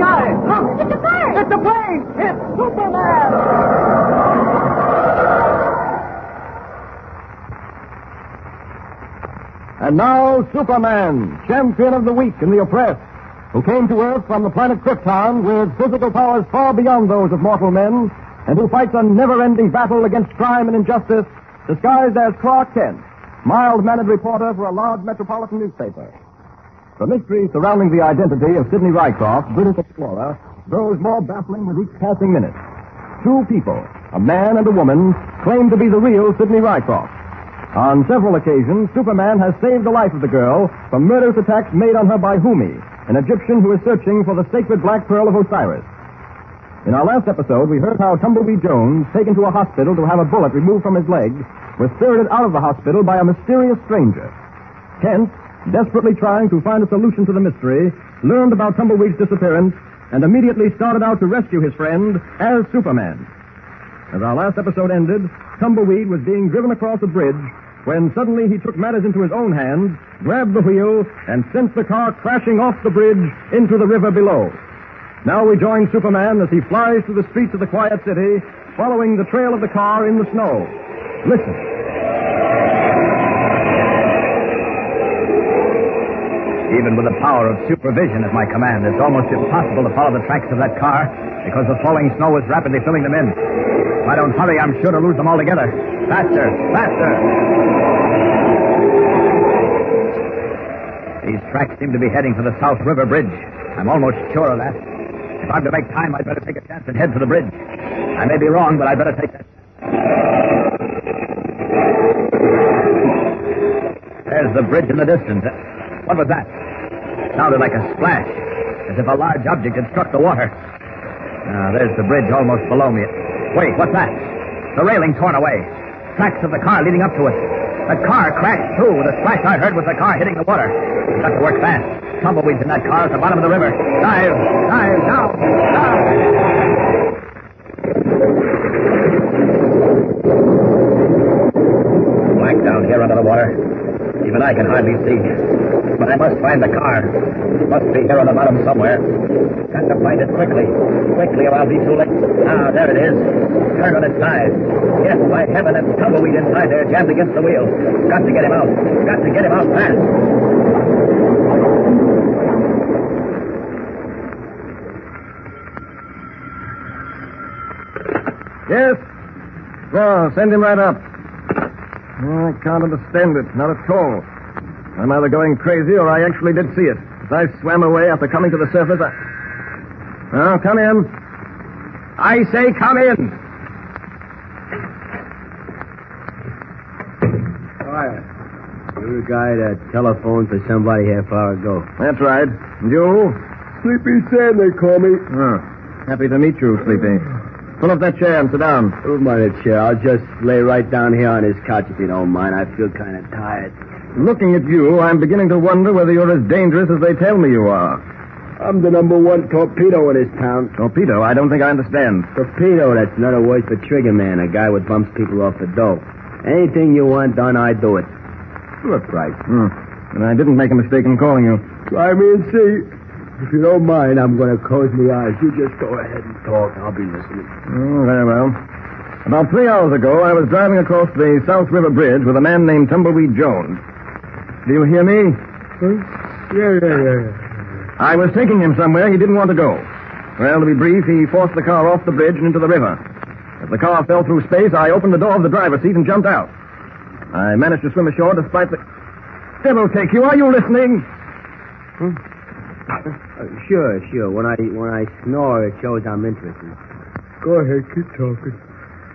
S25: Guys, look! It's a bird!
S14: It's a plane! It's Superman!
S4: And now, Superman, champion of the weak and the oppressed, who came to Earth from the planet Krypton with physical powers far beyond those of mortal men, and who fights a never-ending battle against crime and injustice, disguised as Clark Kent, mild-mannered reporter for a large metropolitan newspaper. The mystery surrounding the identity of Sidney Rycroft, British explorer, grows more baffling with each passing minute. Two people, a man and a woman, claim to be the real Sidney Rycroft. On several occasions, Superman has saved the life of the girl from murderous attacks made on her by Humi, an Egyptian who is searching for the sacred black pearl of Osiris. In our last episode, we heard how Tumblebee Jones, taken to a hospital to have a bullet removed from his leg, was spirited out of the hospital by a mysterious stranger. Kent, desperately trying to find a solution to the mystery, learned about Tumbleweed's disappearance and immediately started out to rescue his friend as Superman. As our last episode ended, Tumbleweed was being driven across a bridge when suddenly he took matters into his own hands, grabbed the wheel, and sent the car crashing off the bridge into the river below. Now we join Superman as he flies through the streets of the quiet city, following the trail of the car in the snow. Listen.
S2: Even with the power of supervision at my command, it's almost impossible to follow the tracks of that car because the falling snow is rapidly filling them in. If I don't hurry, I'm sure to lose them altogether. Faster, faster! These tracks seem to be heading for the South River Bridge. I'm almost sure of that. If I'm to make time, I'd better take a chance and head for the bridge. I may be wrong, but I'd better take that. There's the bridge in the distance. What was that? Sounded like a splash. as if a large object had struck the water. Ah, there's the bridge almost below me. Wait, what's that? The railing torn away. Tracks of the car leading up to it. The car crashed through. The splash I heard was the car hitting the water. We've got to work fast. Tumbleweeds in that car at the bottom of the river. Dive, dive, now, dive. Black down here under the water. Even I can hardly see. But I must find the car. It must be here on the bottom somewhere. Got to find it quickly. Quickly, or I'll be too late. Ah, there it is. Turned on its side. Yes, by heaven, that tumbleweed inside there jammed against the wheel. Got to get him out. Got to get him out fast.
S4: Yes? Well, send him right up. Oh, I can't understand it. Not at all. I'm either going crazy or I actually did see it. As I swam away after coming to the surface, I. Oh, come in. I say, come in.
S26: Quiet. You're the guy that telephoned for somebody half hour ago.
S4: That's right. And you?
S26: Sleepy Sam, they call me.
S4: Oh, happy to meet you, Sleepy. Pull up that chair and sit down.
S26: Don't mind the chair. I'll just lay right down here on this couch if you don't mind. I feel kind of tired.
S4: Looking at you, I'm beginning to wonder whether you're as dangerous as they tell me you are.
S26: I'm the number one torpedo in this town.
S4: Torpedo? I don't think I understand.
S26: Torpedo, that's another word for trigger man, a guy who bumps people off the dope. Anything you want done, I do it. Look right.
S4: Hmm. And I didn't make a mistake in calling you.
S26: Try me and see. If you don't mind, I'm going to close my eyes. You just go ahead and talk. I'll be listening.
S4: Oh, very well. About three hours ago, I was driving across the South River Bridge with a man named Tumbleweed Jones. Do you hear me?
S26: Hmm? Yeah, yeah, yeah, yeah.
S4: I was taking him somewhere he didn't want to go. Well, to be brief, he forced the car off the bridge and into the river. As the car fell through space, I opened the door of the driver's seat and jumped out. I managed to swim ashore despite the. Devil take you, are you listening?
S26: Hmm? Uh, sure, sure. When I when I snore, it shows I'm interested. Go ahead, keep talking.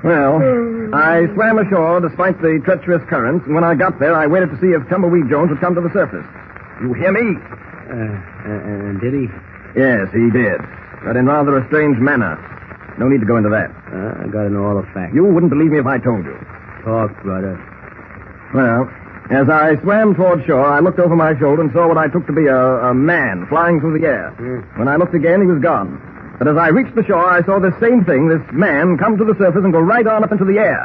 S4: Well,
S16: Oh,
S4: I swam ashore despite the treacherous currents, and when I got there, I waited to see if Tumbleweed Jones would come to the surface. You hear me?
S26: Uh, and did he?
S4: Yes, he did. But in rather a strange manner. No need to go into that.
S26: Uh, I gotta know all the facts.
S4: You wouldn't believe me if I told you.
S26: Talk, brother.
S4: Well, as I swam toward shore, I looked over my shoulder and saw what I took to be a, a man flying through the air.
S26: Hmm.
S4: When I looked again, he was gone. But as I reached the shore, I saw this same thing, this man, come to the surface and go right on up into the air.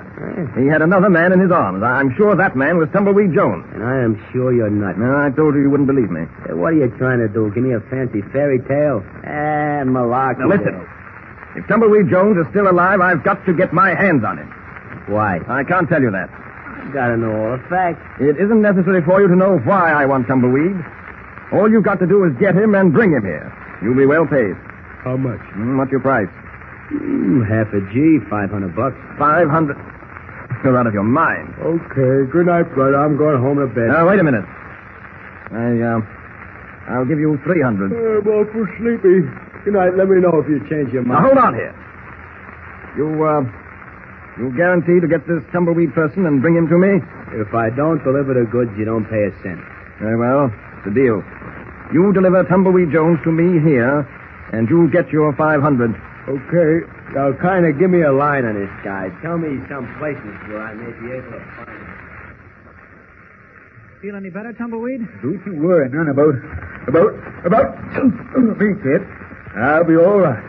S4: He had another man in his arms. I'm sure that man was Tumbleweed Jones.
S26: And I am sure you're nuts.
S4: No, I told you you wouldn't believe me.
S26: Hey, what are you trying to do? Give me a fancy fairy tale? Ah, malarkey.
S4: Now listen. If Tumbleweed Jones is still alive, I've got to get my hands on him.
S26: Why?
S4: I can't tell you that.
S26: You gotta know all the facts.
S4: It isn't necessary for you to know why I want Tumbleweed. All you've got to do is get him and bring him here. You'll be well paid.
S26: How much?
S4: Mm, what's your price?
S26: Mm, half a G, 500 bucks.
S4: 500. You're out of your mind.
S26: Okay, good night, brother. I'm going home to bed.
S4: Now, wait a minute. I, uh, I'll give you 300.
S26: I'm awful sleepy. Good night. Let me know if you change your
S4: Now,
S26: mind.
S4: hold on here. You, uh, you guarantee to get this Tumbleweed person and bring him to me?
S26: If I don't deliver the goods, you don't pay a cent.
S4: Very well. It's a deal. You deliver Tumbleweed Jones to me here, and you get your 500.
S26: Okay. Now, kind of give me a line on this guy. Tell me some places where I may be able to find him.
S5: Feel any better, Tumbleweed?
S26: Don't you worry none about about about me, kid. I'll be all right.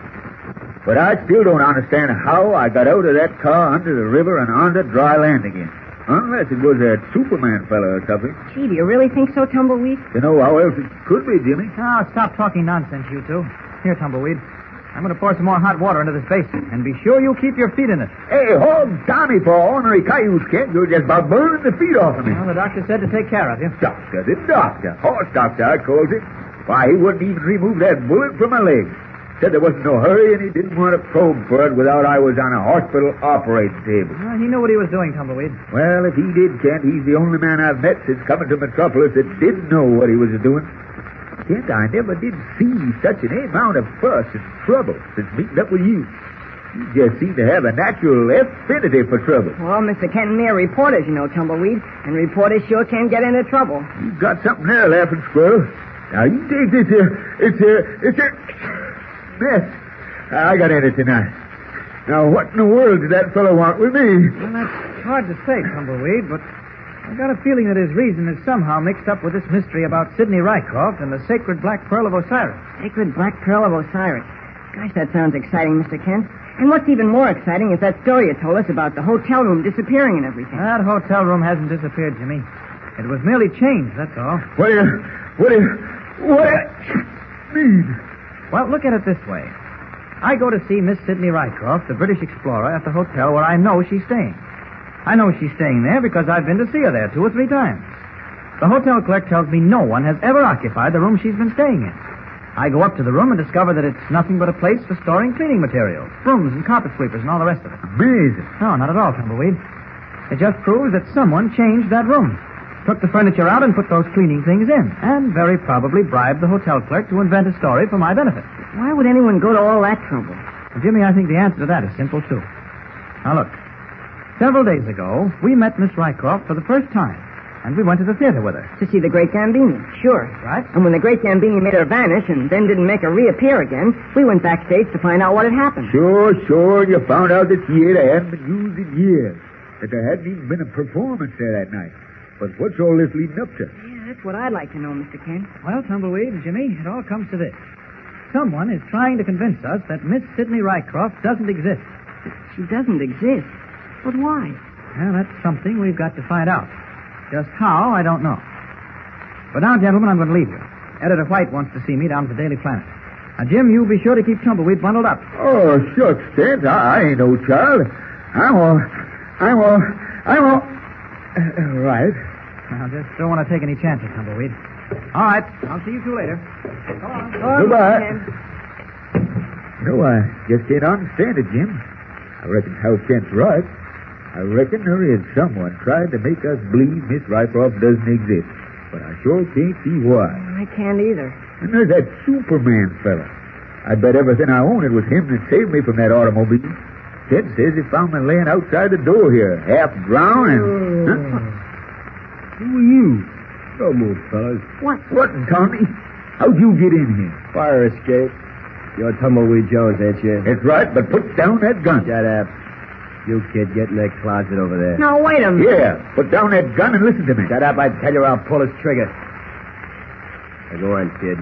S26: But I still don't understand how I got out of that car under the river and onto dry land again. Unless it was that Superman fella or something.
S5: Gee, do you really think so, Tumbleweed?
S26: You know how else it could be, Jimmy.
S5: Oh, stop talking nonsense, you two. Here, Tumbleweed. I'm going to pour some more hot water into this basin, and be sure you keep your feet in it.
S26: Hey, hold Tommy for ornery cayuse, kid. You're just about burning the feet off of me.
S5: Well, the doctor said to take care of you.
S26: Doctor, the doctor. Horse doctor, I calls him. Why, he wouldn't even remove that bullet from my leg. Said there wasn't no hurry, and he didn't want to probe for it without I was on a hospital operating table.
S5: Well, Ah, he knew what he was doing, Tumbleweed.
S26: Well, if he did, Kent, he's the only man I've met since coming to Metropolis that didn't know what he was doing. Kent, I never did see such an amount of fuss and trouble since meeting up with you. You just seem to have a natural affinity for trouble.
S3: Well, Mr. Kenton, they're reporters, you know, Tumbleweed, and reporters sure can get into trouble.
S26: You got something there, Laughing Squirrel. Now you take this here, it's here, it's here, mess. I got in it tonight. Now what in the world did that fellow want with me?
S5: Well, that's hard to say, Tumbleweed, but I've got a feeling that his reason is somehow mixed up with this mystery about Sidney Rycroft and the sacred black pearl of Osiris.
S3: Sacred Black Pearl of Osiris. Gosh, that sounds exciting, Mr. Kent. And what's even more exciting is that story you told us about the hotel room disappearing and everything.
S5: That hotel room hasn't disappeared, Jimmy. It was merely changed, that's all.
S26: What do you, what do you, what do you mean?
S5: Well, look at it this way. I go to see Miss Sidney Rycroft, the British explorer, at the hotel where I know she's staying. I know she's staying there because I've been to see her there two or three times. The hotel clerk tells me no one has ever occupied the room she's been staying in. I go up to the room and discover that it's nothing but a place for storing cleaning materials, brooms and carpet sweepers and all the rest of it.
S26: Amazing.
S5: No, not at all, Tumbleweed. It just proves that someone changed that room, took the furniture out and put those cleaning things in, and very probably bribed the hotel clerk to invent a story for my benefit.
S3: Why would anyone go to all that trouble?
S5: Jimmy, I think the answer to that is simple, too. Now, look. Several days ago, we met Miss Rycroft for the first time, and we went to the theater with her.
S3: To see the Great Gambini, sure.
S5: Right?
S3: And when the Great Gambini made her vanish and then didn't make her reappear again, we went backstage to find out what had happened.
S26: Sure, sure. You found out that theater hadn't been used in years. That there hadn't even been a performance there that night. But what's all this leading up to?
S3: Yeah, that's what I'd like to know, Mr. Kent.
S5: Well, Tumbleweed and Jimmy, it all comes to this. Someone is trying to convince us that Miss Sidney Rycroft doesn't exist.
S3: She doesn't exist. But why?
S5: Well, that's something we've got to find out. Just how, I don't know. But now, gentlemen, I'm going to leave you. Editor White wants to see me down at the Daily Planet. Now, Jim, you be sure to keep Tumbleweed bundled up.
S26: Oh, shucks, Stan. I, I ain't no child. I'm all. I'm all. I'm all. Uh, right.
S5: Now, just don't want to take any chances, Tumbleweed. All right. I'll see you two later.
S3: Go on.
S26: Goodbye. No, I just can't understand it, Jim. I reckon Hal Kent's right. I reckon there is someone trying to make us believe Miss Rycroft doesn't exist. But I sure can't see why.
S3: I can't either.
S26: And there's that Superman fella. I bet everything I own it was him that saved me from that automobile. Ted says he found me laying outside the door here, half drowned. And...
S27: Oh.
S26: Huh? Who are you? Come on, fellas. What? What, Tommy? How'd you get in here?
S18: Fire escape. You're Tumbleweed Jones, ain't you?
S26: That's right, but put down that gun.
S18: Shut up. You kid, get in that closet over there.
S3: Now, wait a minute.
S26: Yeah, put down that gun and listen to me.
S18: Shut up, I tell you, or I'll pull his trigger. Now, go on, kid.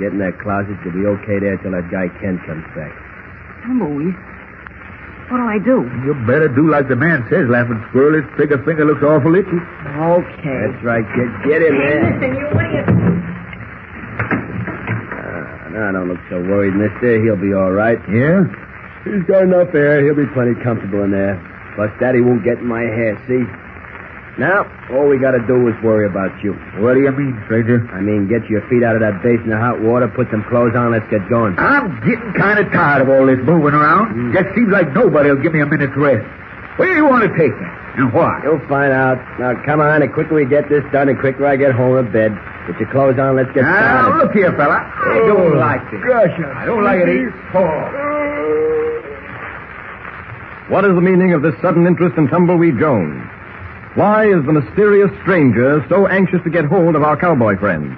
S18: Get in that closet. You'll be okay there till that guy Ken comes back.
S3: Tumbleweed. What do I do?
S26: You better do like the man says, Laughing Squirrel. His trigger finger looks awful itchy.
S3: Okay.
S18: That's right, kid. Get in there.
S3: Listen, you wait.
S18: Uh, now, don't look so worried, mister. He'll be all right.
S26: Yeah?
S18: He's got enough air. He'll be plenty comfortable in there. Plus, Daddy won't get in my hair, see? Now, all we gotta do is worry about you.
S26: What do you mean, stranger?
S18: I mean, get your feet out of that basin of hot water, put some clothes on, let's get going. Mm.
S26: I'm getting kind of tired of all this moving around. Just seems like nobody will give me a minute's rest. Where do you want to take me? And why?
S18: You'll find out. Now, come on, the quicker we get this done, the quicker I get home to bed. Get your clothes on, let's get
S4: Ah,
S18: started.
S26: Now, look here, fella. I
S18: Oh,
S26: don't like this.
S18: gosh,
S26: I don't like it either.
S16: Oh.
S4: What is the meaning of this sudden interest in Tumbleweed Jones? Why is the mysterious stranger so anxious to get hold of our cowboy friend?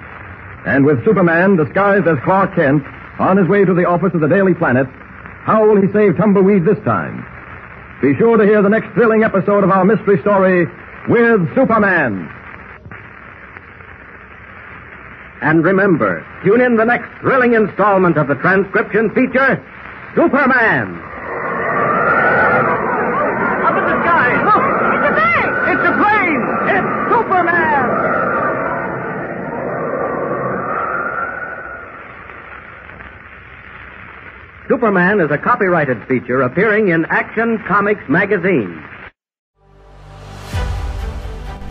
S4: And with Superman disguised as Clark Kent on his way to the office of the Daily Planet, how will he save Tumbleweed this time? Be sure to hear the next thrilling episode of our mystery story with Superman.
S14: And remember, tune in the next thrilling installment of the transcription feature, Superman.
S16: Up in the sky! Look! It's a plane! It's a plane! It's Superman!
S14: Superman is a copyrighted feature appearing in Action Comics magazine.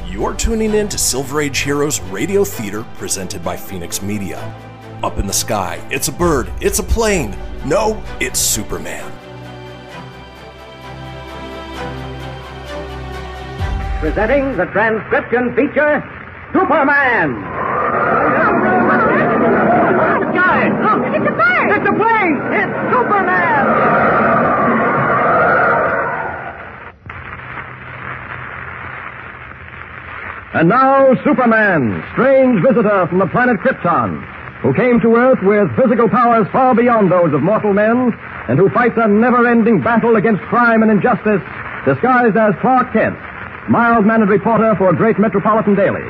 S1: You're tuning in to Silver Age Heroes Radio Theater presented by Phoenix Media. Up in the sky, it's a bird, it's a plane. No, it's Superman.
S14: Presenting the transcription feature, Superman.
S16: Up in the sky! Look! It's a plane! It's a plane! It's Superman!
S4: And now, Superman, strange visitor from the planet Krypton, who came to Earth with physical powers far beyond those of mortal men, and who fights a never-ending battle against crime and injustice, disguised as Clark Kent, mild-mannered reporter for Great Metropolitan Daily.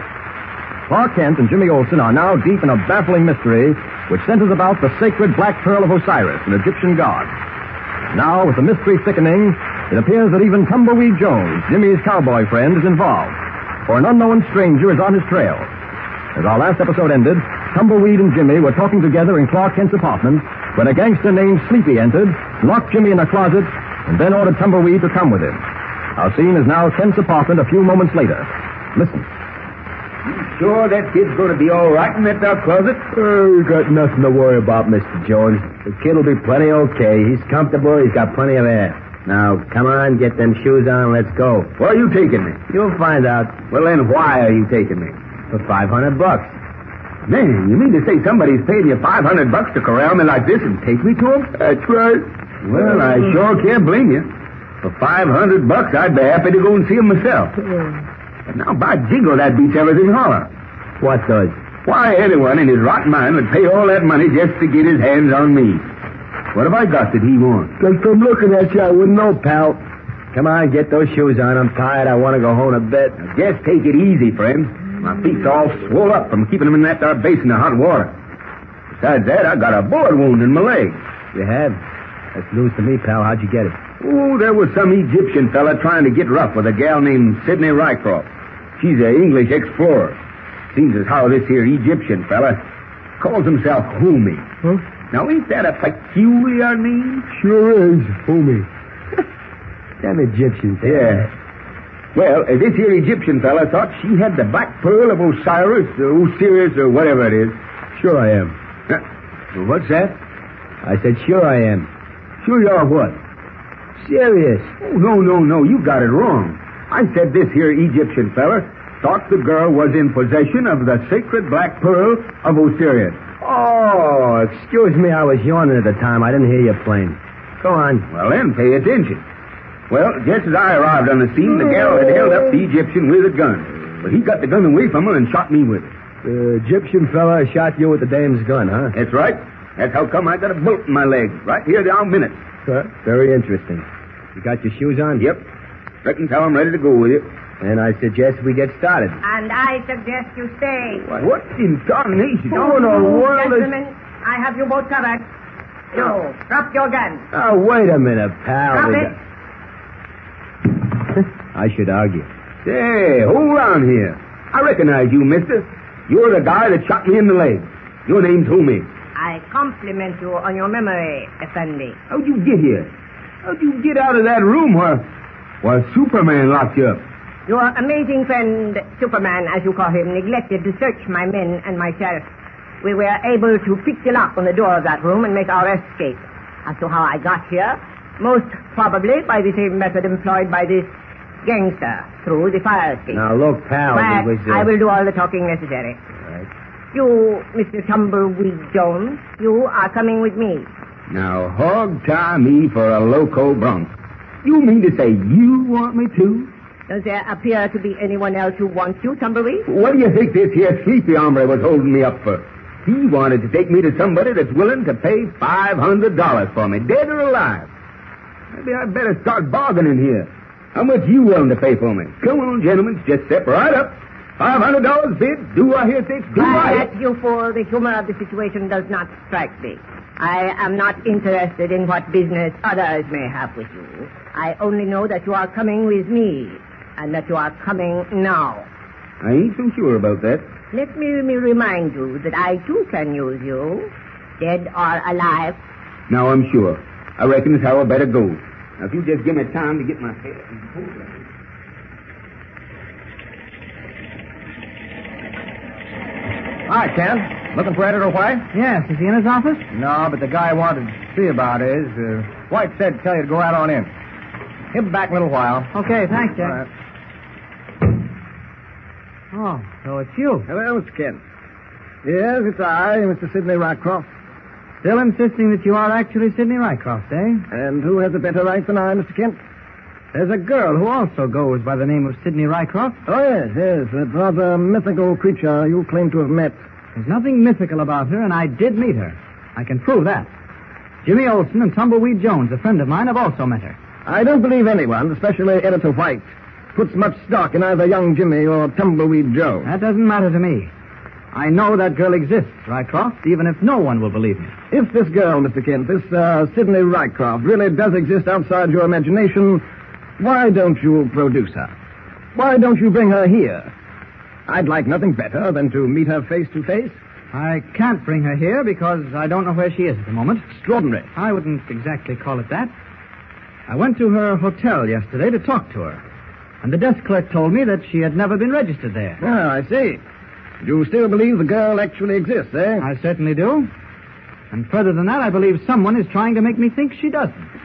S4: Clark Kent and Jimmy Olsen are now deep in a baffling mystery which centers about the sacred black pearl of Osiris, an Egyptian god. Now, with the mystery thickening, it appears that even Tumbleweed Jones, Jimmy's cowboy friend, is involved, for an unknown stranger is on his trail. As our last episode ended, Tumbleweed and Jimmy were talking together in Clark Kent's apartment when a gangster named Sleepy entered, locked Jimmy in a closet, and then ordered Tumbleweed to come with him. Our scene is now Kent's apartment a few moments later. Listen.
S26: Sure, that kid's going to be all right in that dark closet? Oh, we got nothing to worry about, Mr. Jones. The kid'll be plenty okay. He's comfortable. He's got plenty of air. Now, come on, get them shoes on. Let's go. Where are you taking me? You'll find out. Well, then, why are you taking me? For five hundred bucks. Man, you mean to say somebody's paying you five hundred bucks to corral me like this and take me to him? That's right. Well, I sure can't blame you. For five hundred bucks, I'd be happy to go and see him myself. Now, by jingo, that beats everything holler. What does? Why, anyone in his rotten mind would pay all that money just to get his hands on me. What have I got that he wants? Just from looking at you, I wouldn't know, pal. Come on, get those shoes on. I'm tired. I want to go home to bed. Now, just take it easy, friend. My feet's all swole up from keeping them in that there basin of hot water. Besides that, I got a bullet wound in my leg. You have? That's news to me, pal. How'd you get it? Oh, there was some Egyptian fella trying to get rough with a gal named Sidney Rycroft. She's an English explorer. Seems as how this here Egyptian fella calls himself Humi. Huh? Now, ain't that a peculiar name? Sure is, Humi. Them Egyptians. eh? Yeah. Well, uh, this here Egyptian fella thought she had the black pearl of Osiris, or Osiris, or whatever it is. Sure I am. what's that? I said, sure I am. Sure you are what? Serious. Oh, no, no, no. You got it wrong. I said this here Egyptian feller thought the girl was in possession of the sacred black pearl of Osiris. Oh, excuse me. I was yawning at the time. I didn't hear you plain. Go on. Well, then, pay attention. Well, just as I arrived on the scene, the gal had held up the Egyptian with a gun. But he got the gun away from her and shot me with it. The Egyptian fella shot you with the dame's gun, huh? That's right. That's how come I got a bullet in my leg right here down minute. Very interesting. You got your shoes on? Yep. Reckon how I'm ready to go with you. And I suggest we get started.
S28: And I suggest you stay.
S26: What, what in darnation?
S28: Oh,
S26: How in the world is...
S28: Gentlemen, I have you both covered. You, drop your gun.
S26: Oh, wait a minute, pal.
S28: Drop
S26: We
S28: it.
S26: got- I should argue. Hey, hold on here. I recognize you, mister. You're the guy that shot me in the leg. Your name's Humi.
S28: I compliment you on your memory, Effendi.
S26: How'd you get here? How'd you get out of that room where, where Superman locked you up?
S28: Your amazing friend, Superman, as you call him, neglected to search my men and myself. We were able to pick the lock on the door of that room and make our escape. As to how I got here, most probably by the same method employed by this gangster through the fire escape.
S26: Now, look, pal,
S28: But
S26: it was... uh,
S28: I will do all the talking necessary.
S26: right.
S28: You, Mr. Tumbleweed Jones, you are coming with me.
S26: Now, hog tie me for a loco bronc. You mean to say you want me to?
S28: Does there appear to be anyone else who wants you, Tumbleweed?
S26: What do you think this here sleepy hombre was holding me up for? He wanted to take me to somebody that's willing to pay $500 for me, dead or alive. Maybe I'd better start bargaining here. How much you willing to pay for me? Come on, gentlemen, just step right up. $500 bid, do I hear six, do I hear...
S28: Glad you for the humor of the situation does not strike me. I am not interested in what business others may have with you. I only know that you are coming with me, and that you are coming now.
S26: I ain't so sure about that.
S28: Let me, me remind you that I too can use you, dead or alive.
S26: Now I'm sure. I reckon it's how I better go. Now, if you just give me time to get my hair and coat ready.
S5: Hi, Ken. Looking for Editor White? Yes. Is he in his office? No, but the guy I wanted to see about is. Uh, White said to tell you to go out on in. He'll be back in a little while. Okay, thanks, Jack. Oh, so it's you. Hello, Mr. Kent. Yes, it's I, Mr. Sidney Rycroft. Still insisting that you are actually Sidney Rycroft, eh? And who has a better right than I, Mr. Kent? There's a girl who also goes by the name of Sidney Rycroft.
S4: Oh, yes, yes, that rather mythical creature you claim to have met.
S5: There's nothing mythical about her, and I did meet her. I can prove that. Jimmy Olsen and Tumbleweed Jones, a friend of mine, have also met her.
S4: I don't believe anyone, especially Editor White, puts much stock in either young Jimmy or Tumbleweed Joe.
S5: That doesn't matter to me. I know that girl exists, Rycroft, even if no one will believe me.
S4: If this girl, Mr. Kent, this uh, Sidney Rycroft, really does exist outside your imagination, why don't you produce her? Why don't you bring her here? I'd like nothing better than to meet her face to face.
S5: I can't bring her here because I don't know where she is at the moment.
S4: Extraordinary.
S5: I wouldn't exactly call it that. I went to her hotel yesterday to talk to her, and the desk clerk told me that she had never been registered there.
S4: Ah, I see. You still believe the girl actually exists, eh?
S5: I certainly do. And further than that, I believe someone is trying to make me think she doesn't.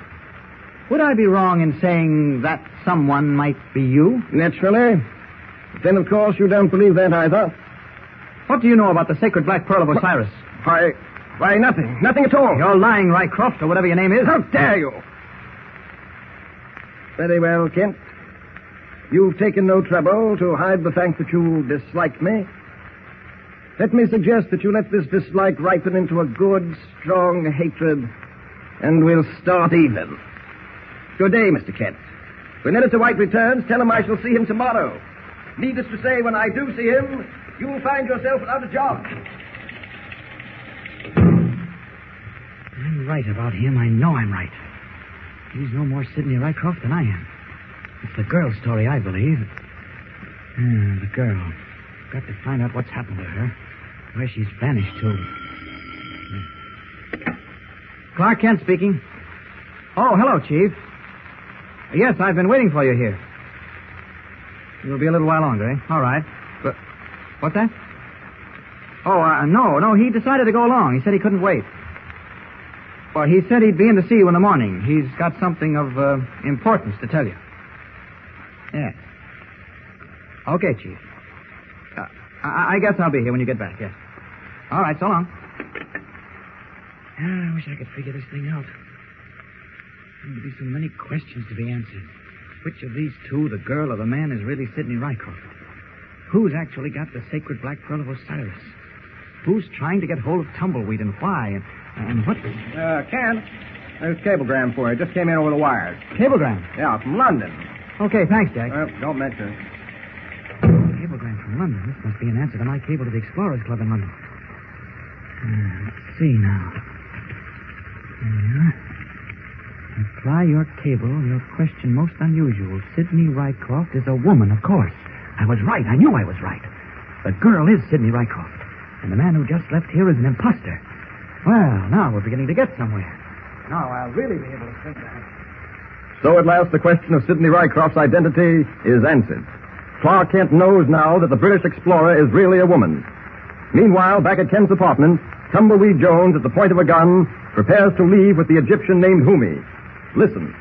S5: Would I be wrong in saying that someone might be you?
S4: Naturally. But then, of course, you don't believe that either.
S5: What do you know about the sacred black pearl of Osiris?
S4: Why, why nothing. Nothing at all.
S5: You're lying, Rycroft, or whatever your name is.
S4: How dare you? Very well, Kent. You've taken no trouble to hide the fact that you dislike me. Let me suggest that you let this dislike ripen into a good, strong hatred, and we'll start even. Good day, Mr. Kent. When Editor White returns, tell him I shall see him tomorrow. Needless to say, when I do see him, you'll find yourself without a job.
S5: I'm right about him. I know I'm right. He's no more Sidney Rycroft than I am. It's the girl story, I believe. Hmm, the girl. Got to find out what's happened to her. Where she's vanished to. Hmm. Clark Kent speaking. Oh, hello, Chief. Yes, I've been waiting for you here. You'll be a little while longer, eh? All right. But what's that? Oh, uh, no, no. He decided to go along. He said he couldn't wait. Well, he said he'd be in to see you in the morning. He's got something of uh, importance to tell you. Yes. Okay, Chief. Uh, I-, I guess I'll be here when you get back. Yes. All right. So long. Ah, I wish I could figure this thing out. There to be so many questions to be answered. Which of these two, the girl or the man, is really Sidney Rycroft? Who's actually got the sacred black pearl of Osiris? Who's trying to get hold of Tumbleweed and why? And, and what?
S4: Uh, Ken, there's a cablegram for you. Just came in over the wires.
S5: Cablegram?
S4: Yeah, from London.
S5: Okay, thanks, Jack.
S4: Uh, don't mention it.
S5: Cablegram from London. This must be an answer to my cable to the Explorers Club in London. Uh, let's see now. Yeah. Reply your cable, your question most unusual. Sidney Rycroft is a woman, of course. I was right. I knew I was right. The girl is Sidney Rycroft. And the man who just left here is an impostor. Well, now we're beginning to get somewhere. Now I'll really be able to think that.
S4: So at last the question of Sidney Rycroft's identity is answered. Clark Kent knows now that the British explorer is really a woman. Meanwhile, back at Kent's apartment, Tumbleweed Jones, at the point of a gun, prepares to leave with the Egyptian named Humi, Listen.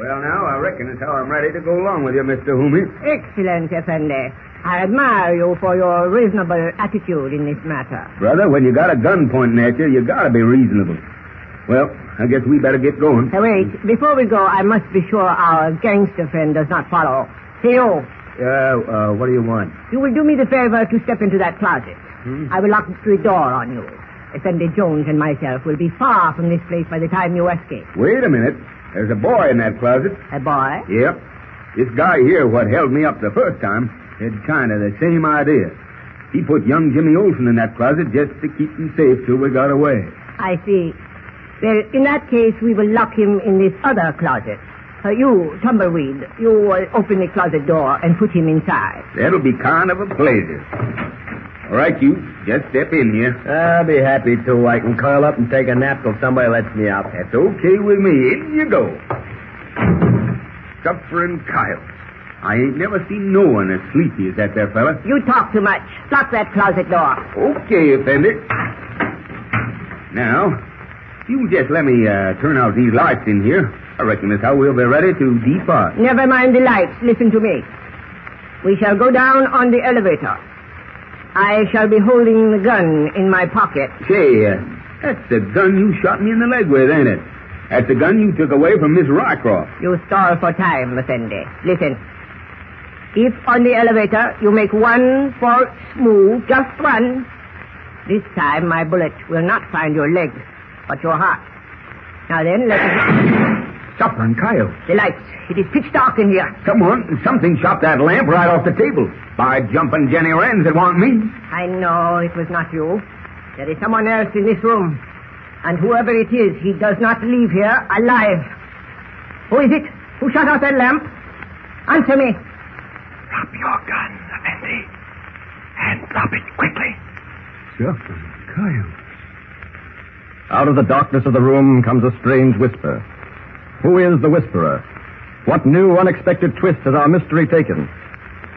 S26: Well, now, I reckon that's how I'm ready to go along with you, Mr. Hoomy.
S28: Excellent, Effendi. I admire you for your reasonable attitude in this matter.
S26: Brother, when you got a gun pointing at you, you gotta be reasonable. Well, I guess we better get going.
S28: Hey, wait, before we go, I must be sure our gangster friend does not follow.
S26: Uh,
S28: Theo.
S26: uh, what do you want?
S28: You will do me the favor to step into that closet. Hmm? I will lock the door on you. Effendi Jones and myself will be far from this place by the time you escape.
S26: Wait a minute. There's a boy in that closet.
S28: A boy?
S26: Yep. This guy here, what held me up the first time, had kind of the same idea. He put young Jimmy Olsen in that closet just to keep him safe till we got away.
S28: I see. Well, in that case, we will lock him in this other closet. Uh, you, Tumbleweed, you uh, open the closet door and put him inside.
S26: That'll be kind of a pleasure. All right, you. Just step in here.
S29: I'll be happy to. I can curl up and take a nap till somebody lets me out.
S26: That's okay with me. In you go. Suffering Kyle. I ain't never seen no one as sleepy as that there fella.
S28: You talk too much. Lock that closet door.
S26: Okay, Effendi. Now, you just let me uh, turn out these lights in here. I reckon that's how we'll be ready to depart.
S28: Never mind the lights. Listen to me. We shall go down on the elevator. I shall be holding the gun in my pocket.
S26: Say, uh, that's the gun you shot me in the leg with, ain't it? That's the gun you took away from Miss Rycroft.
S28: You stall for time, Effendi. Listen. If on the elevator you make one false move, just one, This time my bullet will not find your legs, but your heart. Now then, let us...
S26: Stop, Roncayo.
S28: The lights. It is pitch dark in here.
S26: Someone, something shot that lamp right off the table. By jumping Jenny Wren's, it wasn't me.
S28: I know it was not you. There is someone else in this room. And whoever it is, he does not leave here alive. Who is it? Who shut out that lamp? Answer me.
S30: Drop your gun, Effendi. And drop it quickly.
S26: Jumping Kyle.
S4: Out of the darkness of the room comes a strange whisper. Who is the whisperer? What new unexpected twist has our mystery taken?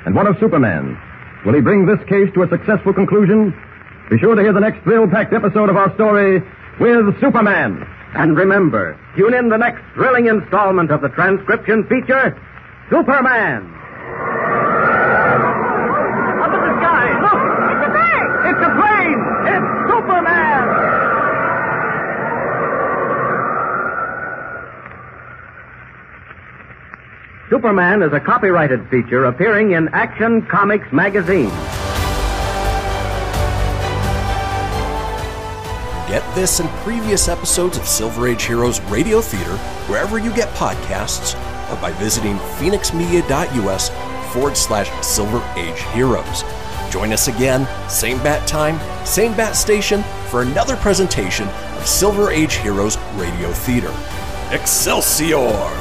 S4: And what of Superman? Will he bring this case to a successful conclusion? Be sure to hear the next thrill-packed episode of our story with Superman.
S14: And remember, tune in the next thrilling installment of the transcription feature, Superman.
S16: Up in the sky! Look! It's a plane! It's a plane! It's Superman!
S14: Superman is a copyrighted feature appearing in Action Comics magazine.
S1: Get this and previous episodes of Silver Age Heroes Radio Theater wherever you get podcasts or by visiting phoenixmedia.us forward slash Silver Age Heroes. Join us again, same bat time, same bat station, for another presentation of Silver Age Heroes Radio Theater. Excelsior!